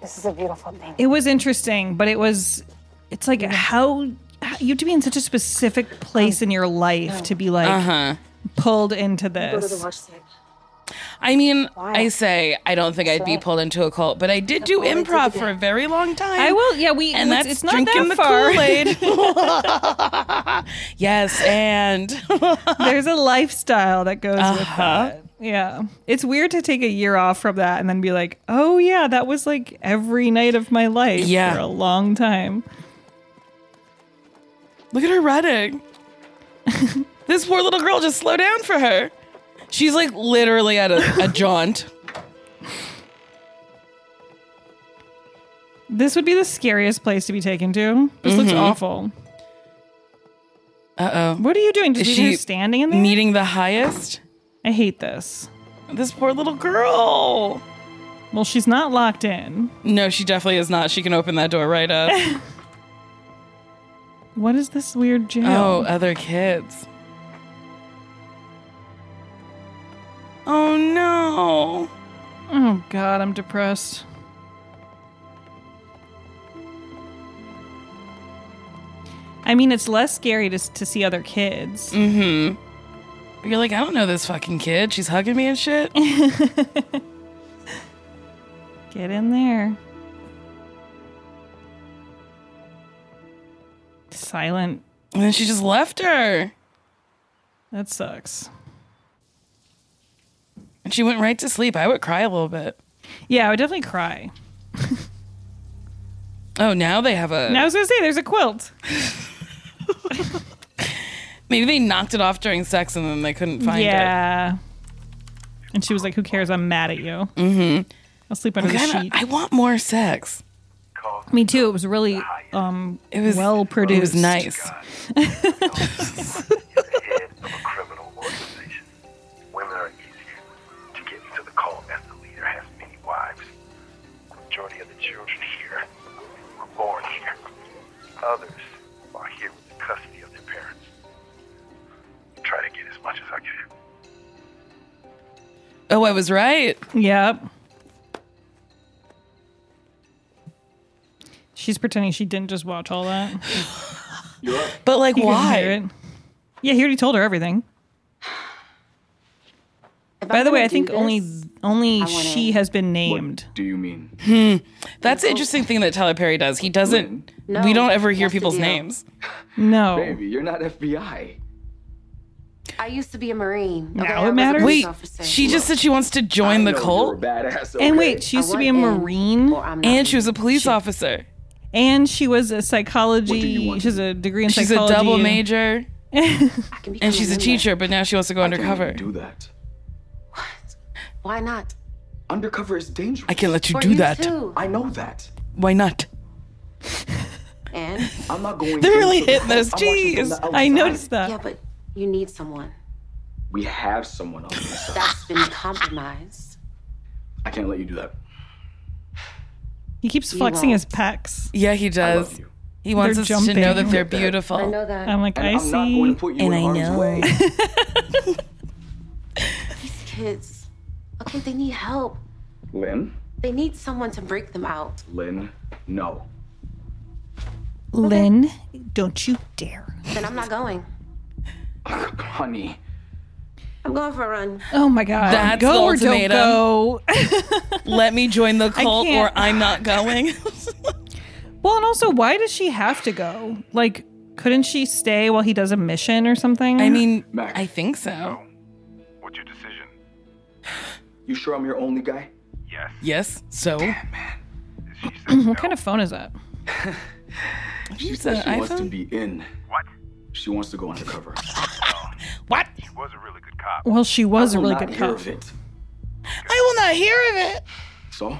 N: This is a beautiful thing.
F: It was interesting, but it was. It's like how you have to be in such a specific
N: Oh.
F: place in your life to be like
E: Uh-huh.
F: pulled into
N: Go to the
F: this.
N: wash site.
E: I mean, I say I don't think I'd be pulled into a cult, but I did do improv for a very long time.
F: I will. Yeah, we.
E: and
F: it's,
E: that's
F: it's not
E: drinking
F: that
E: the
F: far.
E: Kool-Aid. yes, and
F: There's a lifestyle that goes with
E: Uh-huh.
F: that. Yeah. It's weird to take a year off from that and then be like, oh, yeah, that was like every night of my life
E: Yeah.
F: for a long time.
E: Look at her running. this poor little girl just slow down for her. She's like literally at a, a jaunt.
F: This would be the scariest place to be taken to. This looks
E: Mhm.
F: awful.
E: Uh oh.
F: What are you doing? Just
E: Is
F: leaving her
E: she
F: standing in there?
E: Meeting the highest?
F: I hate this.
E: This poor little girl.
F: Well, she's not locked in.
E: No, she definitely is not. She can open that door right up.
F: What is this weird jail?
E: oh, other kids. Oh no.
F: Oh, God, I'm depressed. I mean, it's less scary to, s- to see other kids.
E: Mm hmm. You're like, I don't know this fucking kid. She's hugging me and shit.
F: Get in there. Silent.
E: And then she just left her.
F: That sucks.
E: And she went right to sleep. I would cry a little bit.
F: Yeah, I would definitely cry.
E: Oh, now they have a.
F: now I was gonna say, there's a quilt.
E: Maybe they knocked it off during sex and then they couldn't find it.
F: yeah. And she was like, "Who cares? I'm mad at you.
E: Mm hmm.
F: I'll sleep under the
E: Kinda-
F: sheet."
E: I want more sex.
F: Me too. It was really um,
E: It was
F: well produced.
E: It was nice.
T: Women are easier to get into the cult as the leader has many wives. Majority of the children here were born here. Others are here with the custody of their parents. Try to get as much as I can.
E: Oh, I was right.
F: Yep. She's pretending she didn't just watch all that.
E: But like,
F: You can
E: why?
F: hear it. Yeah, he already told her everything. By the way, I think only only she has been named.
M: Do you mean?
E: Hmm. That's the interesting thing that Tyler Perry does. He doesn't.
M: No,
E: we don't ever hear
M: that's the
E: people's
M: deal.
E: names.
F: No.
M: Baby, you're not FBI.
J: I used to be a Marine.
M: Now
J: okay?
M: it
J: I was a
M: matters.
J: police
M: Wait,
J: officer.
E: She just said she wants to join the cult.
M: badass.
F: And wait, she used to be a marine,
E: and she was a police officer.
F: and she was a psychology. She has a degree in
E: She's a
F: psychology.
E: double
F: and-
E: major, and she's a teacher. But now she wants to go undercover.
M: Do that.
J: Why not?
M: Undercover is dangerous.
E: I can't let you For do you that.
J: too.
M: I know that.
E: Why not?
J: And
M: I'm not going.
E: They're really
M: into the
E: hitting
M: cult.
E: those
M: I'm watching from
E: G's.
M: the
E: I
M: outside.
E: noticed
J: that. Yeah, but you need someone
M: We have someone on this.
J: that's been compromised.
M: I can't let you do that.
F: He keeps
E: You
F: flexing his
E: won't.
F: pecs.
E: Yeah, he does. He wants
F: They're
E: us to
F: jumping.
E: know that they're beautiful. um,
F: I'm like, I see.
E: and I know.
J: These kids, okay, they need help.
M: Lynn?
J: They need someone to break them out.
M: Lynn, no.
C: Lynn, don't you dare.
J: Then I'm not going.
M: Honey.
J: I'm going for a run.
C: Oh my God.
E: That's
C: Go
E: the
C: or don't
E: ultimatum.
C: go.
E: Let me join the
C: I
E: cult or
C: can't.
E: I'm not going.
F: Well, and also, why does she have to go? Like, couldn't she stay while he does a mission or something?
E: I mean,
M: Max.
E: I think so.
T: What's your decision?
M: You sure I'm your only guy?
T: Yes.
E: Yes. So.
F: what kind of phone is that?
M: She
F: Use
M: says
F: an
M: she wants to
F: iPhone?
M: be in.
T: What?
M: She wants to go undercover.
E: What?
T: He was a really good cop.
F: Well, she was
M: I
F: a
M: will
F: really
M: not
F: good
M: hear
F: cop.
M: of it.
E: I will not hear of it.
M: So?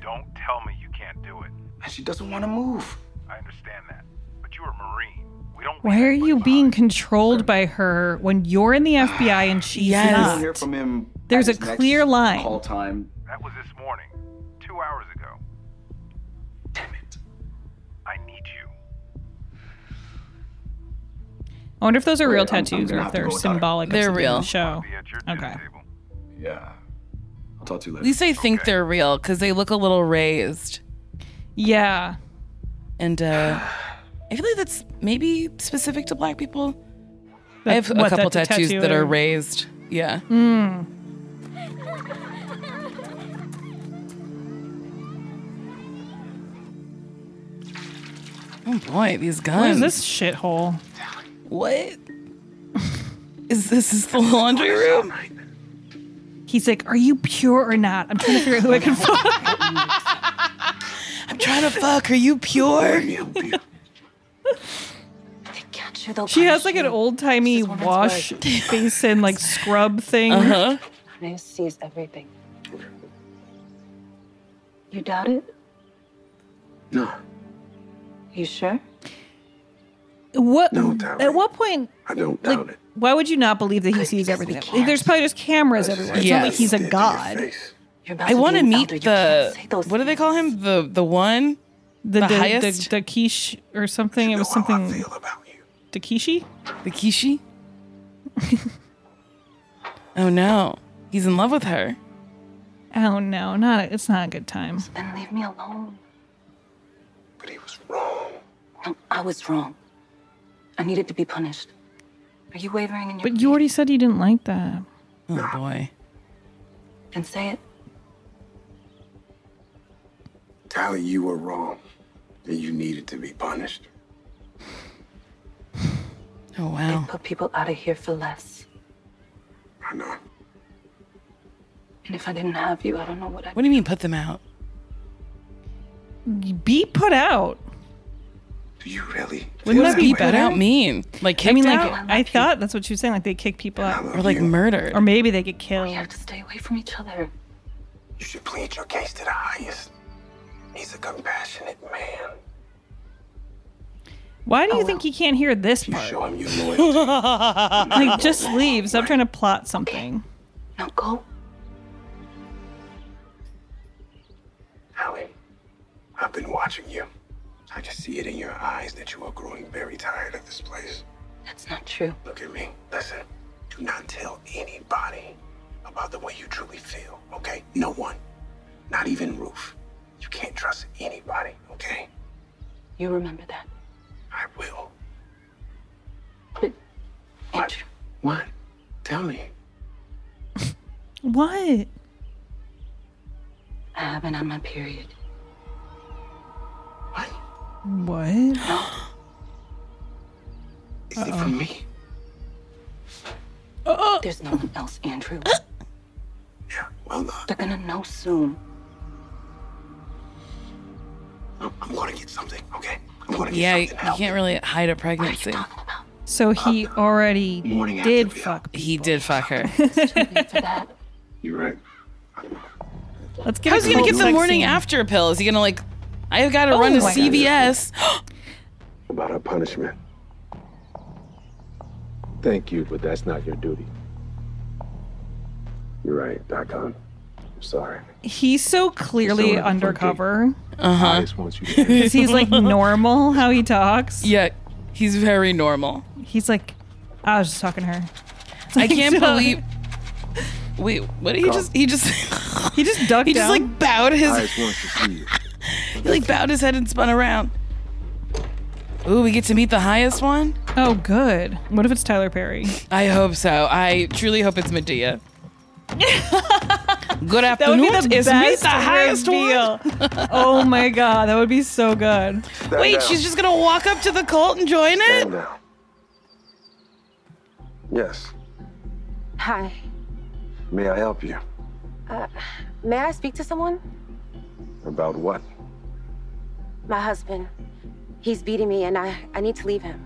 T: Don't tell me you can't do it.
M: She doesn't want to move.
T: I understand that. But you're a Marine. We don't
F: Why are you being controlled by her when you're in the FBI and she's
M: You don't
F: not?
M: hear from him.
F: There's
M: at
F: a
M: his next
F: clear line.
M: Call time.
T: That was this morning, two hours ago.
M: Damn it.
T: I need you.
F: I wonder if those are real
M: I'm- I'm
F: tattoos
M: gonna
F: or if
M: have to
F: they're
M: go without her.
F: symbolic.
E: They're
F: of something in
E: real.
F: The show.
T: Okay.
M: Yeah. I'll talk to you later.
E: At least I think they're real because they look a little raised.
F: Yeah.
E: And uh, I feel like that's maybe specific to black people. I
F: That-
E: have a
F: what,
E: couple
F: that
E: tattoos
F: tattoo
E: that are
F: or-
E: raised. Yeah.
F: Mm.
E: Oh boy, these guns.
F: What is this shithole?
E: What? Is this is the laundry room?
F: He's like, are you pure or not? I'm trying to figure out who I can fuck.
E: I'm trying to fuck. Are you pure?
F: She has like an old timey wash basin, like scrub thing.
E: Uh-huh.
N: Renee sees everything. You doubt it?
M: No.
N: You sure?
F: What?
M: No
N: doubt
F: at what point?
M: I don't
F: like,
M: doubt it.
F: Why would you not believe that he sees everything? Like, There's probably just cameras everywhere. It's not like
E: Yes.
F: he's a god.
E: I want to meet the what do they call him? The the one,
F: The, the,
E: highest,
F: the, Dakish or something. it was something. Dakishi?
E: the Kishi. oh no, he's in love with her.
F: Oh no, not it's not a good time.
N: Then leave me alone.
M: But he was wrong.
N: No, I was wrong. I needed to be punished. Are you wavering in your
F: But you already said you didn't like that.
E: Oh boy.
N: Then say it.
K: Tally, you were wrong. And you needed to be punished.
E: Oh wow.
N: Put people out of here for less.
K: I know.
N: And if I didn't have you, I don't know what I
E: What do you mean put them out?
F: Be put out.
K: Do you really?
F: Wouldn't that be
E: Put
F: better?
E: out mean? Like kicked
F: I mean, like
E: out?
F: I thought that's what she was saying. Like they kick people out,
E: or like murdered.
F: or maybe they get killed.
N: stay away from each other.
K: You should plead your case to the highest. He's a compassionate man.
F: Why
M: Oh,
F: do you think he can't hear this part? like just leave. Stop trying to plot something.
N: Now go.
K: Allie, I've been watching you. I can see it in your eyes that you are growing very tired of this place.
N: That's not true.
K: Look at me. Listen, do not tell anybody about the way you truly feel, okay? No one. Not even Roof. You can't trust anybody, okay?
N: You remember that.
K: I will.
N: But
K: What? What? Tell me.
F: What?
N: I haven't had my period.
F: What?
K: Is it for me?
N: There's no one else, Andrew.
K: Well,
N: They're gonna know soon.
K: I'm, I'm gonna get something, okay? I'm gonna get
E: Yeah, you
K: something. to help
E: can't really hide a pregnancy.
F: So he already
K: Morning after
F: did fuck.
E: He did fuck her.
K: You're right.
F: Let's get.
E: How's
F: a
E: he gonna
F: cold
E: get the
F: sex
E: morning
F: scene.
E: after pill? Is he gonna like? I've got to run to
F: Oh my God.
E: CVS.
K: About our punishment. Thank you, but that's not your duty. You're right, Doc Hunt. Sorry.
F: He's so clearly
K: Someone at the front
F: undercover.
K: Uh-huh. I just want you to hear
F: he's like normal how he talks.
E: Yeah, he's very normal.
F: He's like, I was just talking to her. It's
E: I
F: like,
E: can't
F: "Sorry."
E: believe. Wait, what did he
F: Go.
E: just? He just.
F: he just ducked.
E: He just
F: down.
E: like bowed his.
F: I just
E: he like bowed his head and spun around. Ooh, we get to meet the highest one.
F: Oh, good. What if it's Tyler Perry?
E: I hope so. I truly hope it's Medea. Good
F: That would
E: afternoon.
F: be the
E: Is me
F: best
E: the highest
F: reveal.
E: one?
F: oh my god, that would be so good.
E: Wait, she's just gonna walk up to the cult and join it?
K: Yes.
J: Hi.
K: May I help you?
J: Uh, may I speak to someone?
K: About what?
J: My husband. He's beating me and I, I need to leave him.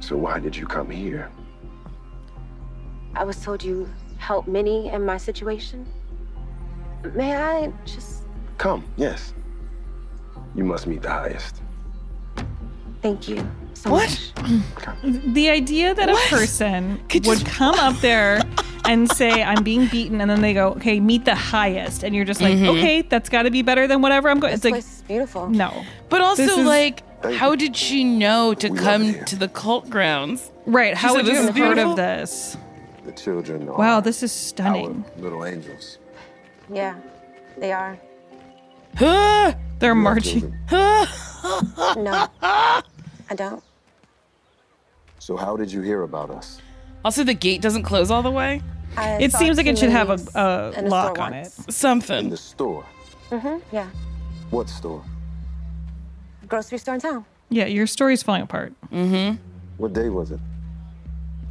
K: So why did you come here?
J: I was told you help Minnie in my situation. May I just
K: Come, yes. You must meet the highest.
J: thank you so
F: What? The idea that a person would come up there and say, I'm being beaten, and then they go, okay, meet the highest. And you're just like,
E: Mhm.
F: okay, that's got to be better than whatever I'm going. It's like,
J: beautiful.
F: No.
E: But also,
F: This is-
E: like, how did she know to come to the cult grounds?
F: Right.
E: She
F: How
E: said,
F: would you
E: "This
F: have
E: is
F: heard
E: beautiful."
F: of this?
K: The children are
F: Wow, this is stunning.
K: little angels.
J: much? Yeah, they are.
F: They're marching.
J: no, I don't.
K: So how did you hear about us?
E: Also, the gate doesn't close all the way.
J: I
F: It
J: saw
F: seems like
J: two
F: it should have
J: ladies
F: a, a
J: in store
F: lock on it.
J: once.
E: Something.
K: In the store.
J: Mm-hmm. Yeah,
K: What store?
J: grocery store in town.
F: Yeah, your story's falling apart.
K: Mm-hmm. What day was it?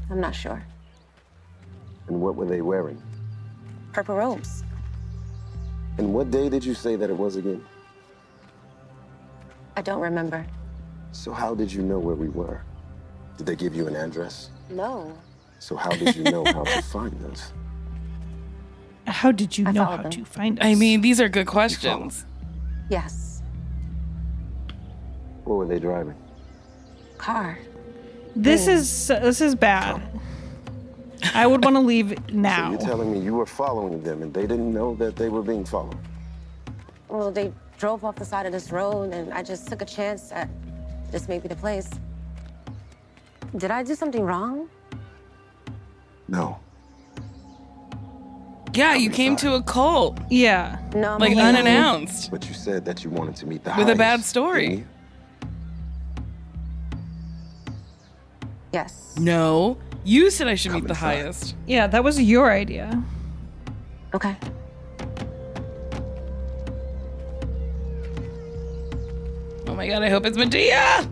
J: I'm not sure.
K: And what were they wearing?
J: Purple robes.
K: And what day did you say that it was again?
J: I don't remember.
K: So how did you know where we were? Did they give you an address?
J: No.
K: So how did you know how to find us?
F: How did you
J: I
F: know
J: followed
F: how
J: them.
F: to find us?
E: I mean, these are good questions.
J: Yes,
K: What were they driving?
J: car.
F: This is this is bad. I would want to leave
K: So
F: now.
K: you're telling me you were following them and they didn't know that they were being followed.
J: Well, they drove off the side of this road, and I just took a chance at this may be the place. Did I do something wrong?
K: No.
E: Yeah, you came to a cult.
F: Yeah.
J: No. I'm
E: Like
J: aware.
E: unannounced.
K: But you said that you wanted to meet the
E: With a
K: highest,
E: bad story.
K: didn't
J: Yes.
E: No. You said I should meet the highest.
F: Yeah, that was your idea.
J: Okay.
E: Oh my god, I hope it's Medea.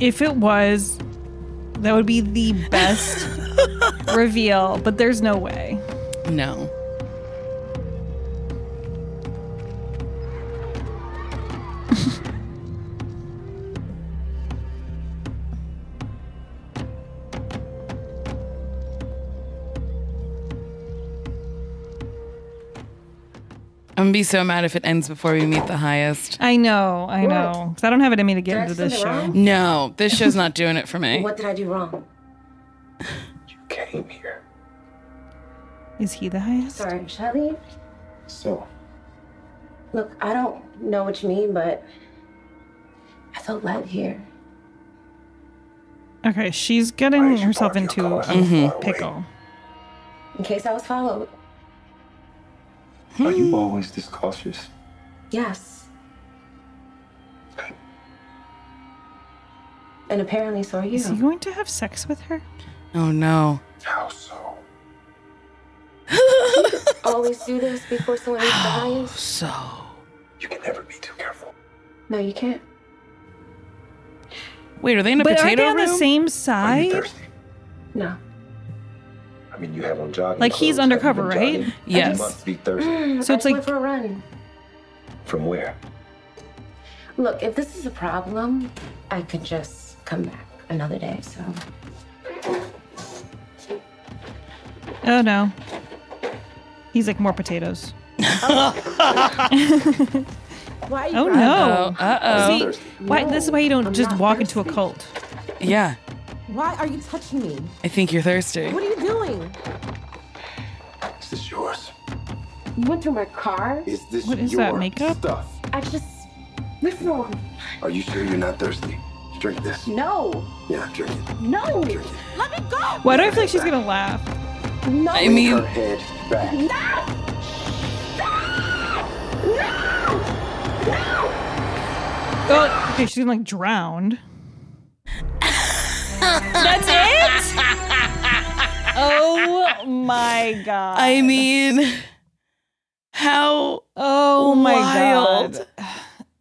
F: If it was, that would be the best reveal, but there's no way.
E: No. I'm gonna be so mad if it ends before we meet the highest.
F: I know, I
E: What?
F: know. 'Cause I don't have it in me to get
J: Did I
F: into
J: send
F: this
J: it
F: show.
J: wrong?
E: No, this show's not doing it for me.
J: What did I do wrong?
K: Came here.
F: Is he the highest?
J: Sorry, should I leave?
K: So
J: Look, I don't know what you mean, but I felt led here.
F: Okay, she's getting herself into a
K: Mhm.
F: pickle.
J: In case I was followed.
K: Are you always this cautious?
J: Yes. And apparently, so are you.
F: Is he going to have sex with her?
E: Oh no.
K: How so?
J: Always do this before someone meets the highest.
E: So
K: you can never be too careful.
J: No, you can't.
E: Wait, are they in a
F: but
E: potato
F: are they on the
E: room?
F: same side?
J: No.
K: I mean, you have on jogging.
F: Like, he's
K: clothes. Have you
F: undercover,
K: been
F: right?
K: jogging? You
F: Yes.
K: must be thirsty.
F: So it's like
J: for a run.
K: From where?
J: Look, if this is a problem, I could just come back another day. So
F: Oh no. He's like more potatoes.
J: why?
F: Oh no. See, why, this is why you don't just walk into a cult.
E: Yeah,
J: Why are you touching me?
E: I think you're thirsty.
J: are you doing?
K: This is yours.
J: went through my car.
K: Is this your stuff?
J: I just. Listen,
K: Are you sure you're not thirsty? Drink this.
J: no,
K: Yeah, drink it.
J: no. Let me go.
F: Why do I feel like she's gonna laugh?
J: No.
K: Lean her head back.
F: Oh, okay, she's gonna like drowned. That's it. Oh my god.
E: I mean, how
F: oh my God.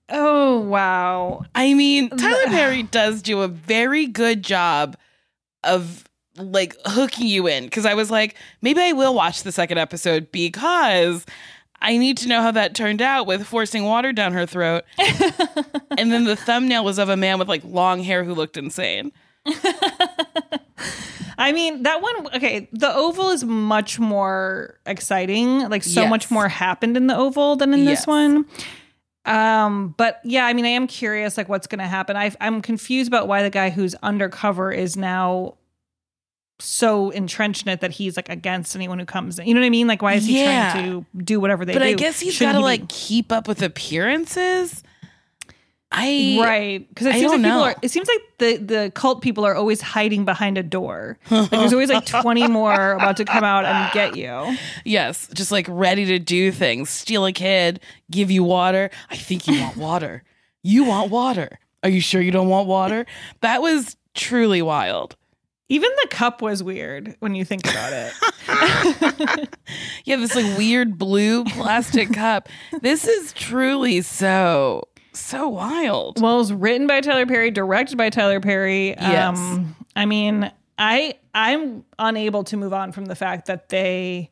E: Oh wow. I mean, Tyler Perry does do a very good job of like hooking you in cuz I was like, maybe I will watch the second episode because I need to know how that turned out with forcing water down her throat. and then the thumbnail was of a man with like long hair who looked insane.
F: I mean, that one, okay, the Oval is much more exciting. Like, so
E: Yes.
F: much more happened in the Oval than in
E: Yes.
F: this one. Um, but yeah, I mean, I am curious, like, what's going to happen. I, I'm confused about why the guy who's undercover is now so entrenched in it that he's like against anyone who comes in. You know what I mean? Like, why is he
E: Yeah.
F: trying to do whatever they
E: but
F: do?
E: I guess he's got
F: Shouldn't
E: to
F: he be-
E: like keep up with appearances. I
F: right because it
E: I
F: seems like
E: don't
F: people
E: know.
F: are. It seems like the the cult people are always hiding behind a door. Like there's always like twenty more about to come out and get you.
E: Yes, just like ready to do things, steal a kid, give you water. I think you want water. You want water. Are you sure you don't want water? That was truly wild.
F: Even the cup was weird when you think about it.
E: yeah, this like weird blue plastic cup. This is truly so so wild.
F: Well, it was written by Tyler Perry, directed by Tyler Perry. Um,
E: Yes.
F: I mean, I I'm unable to move on from the fact that they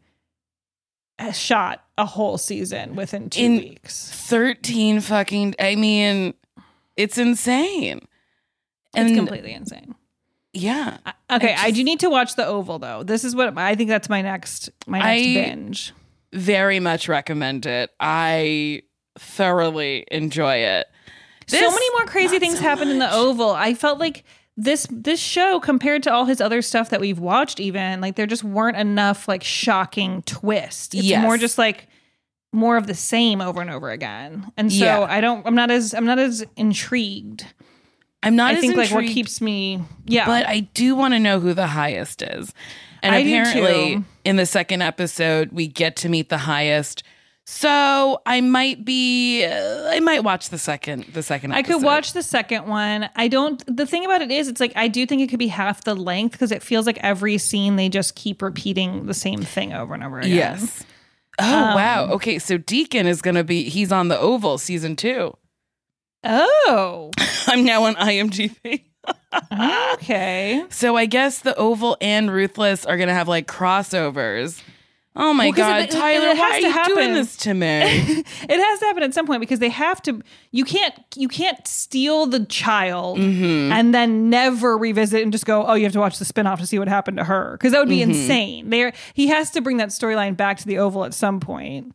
F: shot a whole season within two
E: In
F: weeks.
E: 13 fucking I mean, it's insane.
F: it's completely insane.
E: Yeah.
F: Okay, I, do need to watch the Oval though. This is what I think that's my next my next
E: I
F: binge.
E: Very much recommend it. I thoroughly enjoy it.
F: so
E: This-
F: many more crazy things happened in the Oval. I felt like this this show compared to all his other stuff that we've watched even like there just weren't enough like shocking twists. It's
E: Yes.
F: more just like more of the same over and over again. And so
E: Yeah.
F: I don't I'm not as I'm not as intrigued.
E: I'm not
F: I
E: as
F: think like what
E: intrigued,
F: keeps me yeah.
E: But I do want to know who the highest is. And
F: I do
E: apparently,
F: too.
E: in the second episode, we get to meet the highest. So I might be, uh, I might watch the second, the second.
F: I
E: Episode.
F: could watch the second one. I don't. The thing about it is, it's like I do think it could be half the length because it feels like every scene they just keep repeating the same thing over and over again.
E: Yes. Oh
F: Um,
E: wow. Okay, so Deacon is gonna be. He's on the Oval season two.
F: Oh.
E: I'm now on IMDb.
F: okay.
E: So I guess the Oval and Ruthless are gonna have like crossovers. Oh my
F: Well, 'cause
E: God,
F: it- it-
E: Tyler,
F: it has
E: why are
F: to
E: you
F: happen.
E: doing this to me?
F: It has to happen at some point because they have to. You can't. You can't steal the child
E: Mhm.
F: and then never revisit and just go. Oh, you have to watch the spinoff to see what happened to her because that would be
E: Mhm.
F: insane. There, he has to bring that storyline back to the Oval at some point.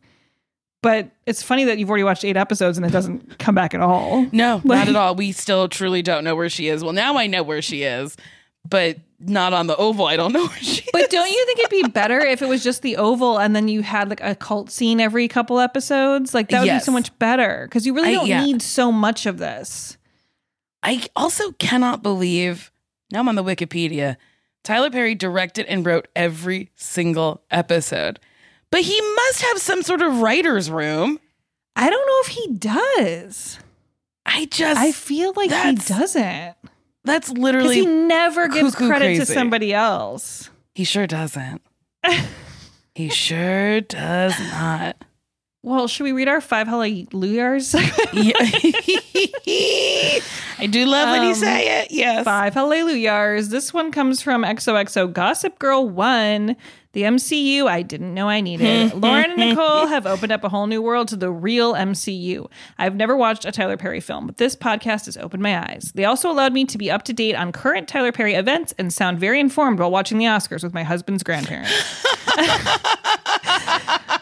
F: But it's funny that you've already watched eight episodes and it doesn't come back at all.
E: No, not at all. We still truly don't know where she is. Well, now I know where she is, but not on the Oval. I don't know where she.
F: But don't you think it'd be better if it was just the Oval and then you had like a cult scene every couple episodes? Like that would
E: Yes.
F: be so much better because you really
E: I-
F: don't
E: yeah.
F: need so much of this.
E: I also cannot believe. Now I'm on the Wikipedia. Tyler Perry directed and wrote every single episode, but he must have some sort of writer's room.
F: I don't know if he does.
E: I just
F: I feel like he doesn't.
E: That's
F: Because
E: literally
F: he never gives
E: cuckoo
F: credit to
E: crazy.
F: somebody else.
E: He sure doesn't. he sure does not.
F: Well, should we read our five hallelujahs?
E: I do love when
F: Um,
E: you say it. Yes.
F: Five hallelujahs. This one comes from XOXO Gossip Girl 1. The MCU I didn't know I needed. Lauren and Nicole have opened up a whole new world to the real MCU. I've never watched a Tyler Perry film, but this podcast has opened my eyes. They also allowed me to be up to date on current Tyler Perry events and sound very informed while watching the Oscars with my husband's grandparents.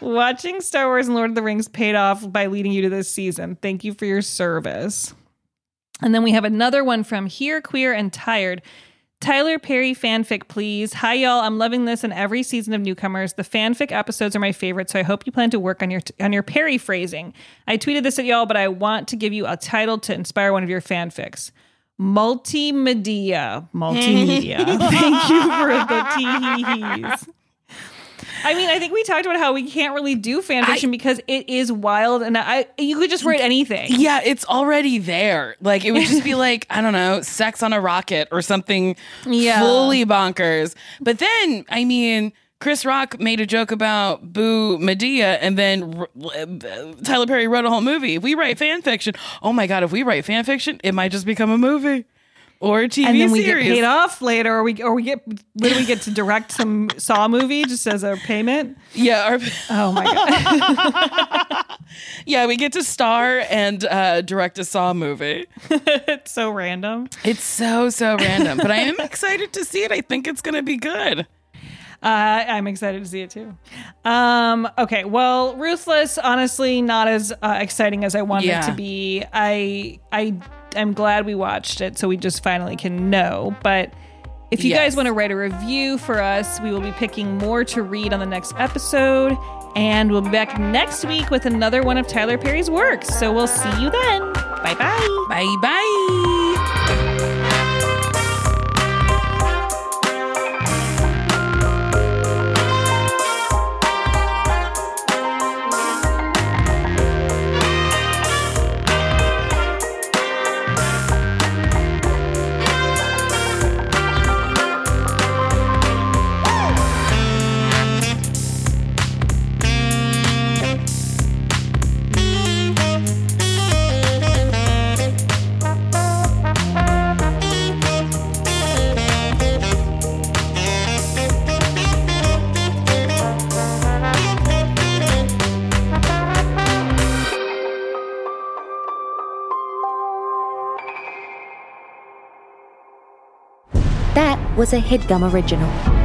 F: Watching Star Wars and Lord of the Rings paid off by leading you to this season. Thank you for your service. And then we have another one from Here, Queer, and Tired. Tyler Perry fanfic, please. Hi, y'all. I'm loving this and every season of Newcomers. The fanfic episodes are my favorite, so I hope you plan to work on your on your Perry phrasing. I tweeted this at y'all, but I want to give you a title to inspire one of your fanfics. Multimedia. Multimedia. Thank you for the teehees. I mean, I think we talked about how we can't really do fan fiction because it is wild, and I you could just write anything.
E: Yeah, it's already there. Like it would just be like I don't know, sex on a rocket or something
F: Yeah.
E: fully bonkers. But then I mean, Chris Rock made a joke about Boo Medea, and then r- uh, Tyler Perry wrote a whole movie. If we write fan fiction, oh my god, if we write fan fiction, it might just become a movie or a TV
F: and then we
E: series.
F: get paid off later, or we or we get literally get to direct some Saw movie just as a payment.
E: Yeah. Or,
F: oh my god.
E: yeah, we get to star and uh, direct a Saw movie.
F: it's so random.
E: It's so so random, but I am excited to see it. I think it's going to be good.
F: Uh, I'm excited to see it too. Um, okay, well, ruthless. Honestly, not as uh, exciting as I wanted
E: Yeah.
F: it to be. I I am glad we watched it, so we just finally can know. But if you
E: Yes.
F: guys want to write a review for us, we will be picking more to read on the next episode, and we'll be back next week with another one of Tyler Perry's works. So we'll see you then. Bye bye.
E: Bye bye.
U: That was a headgum original.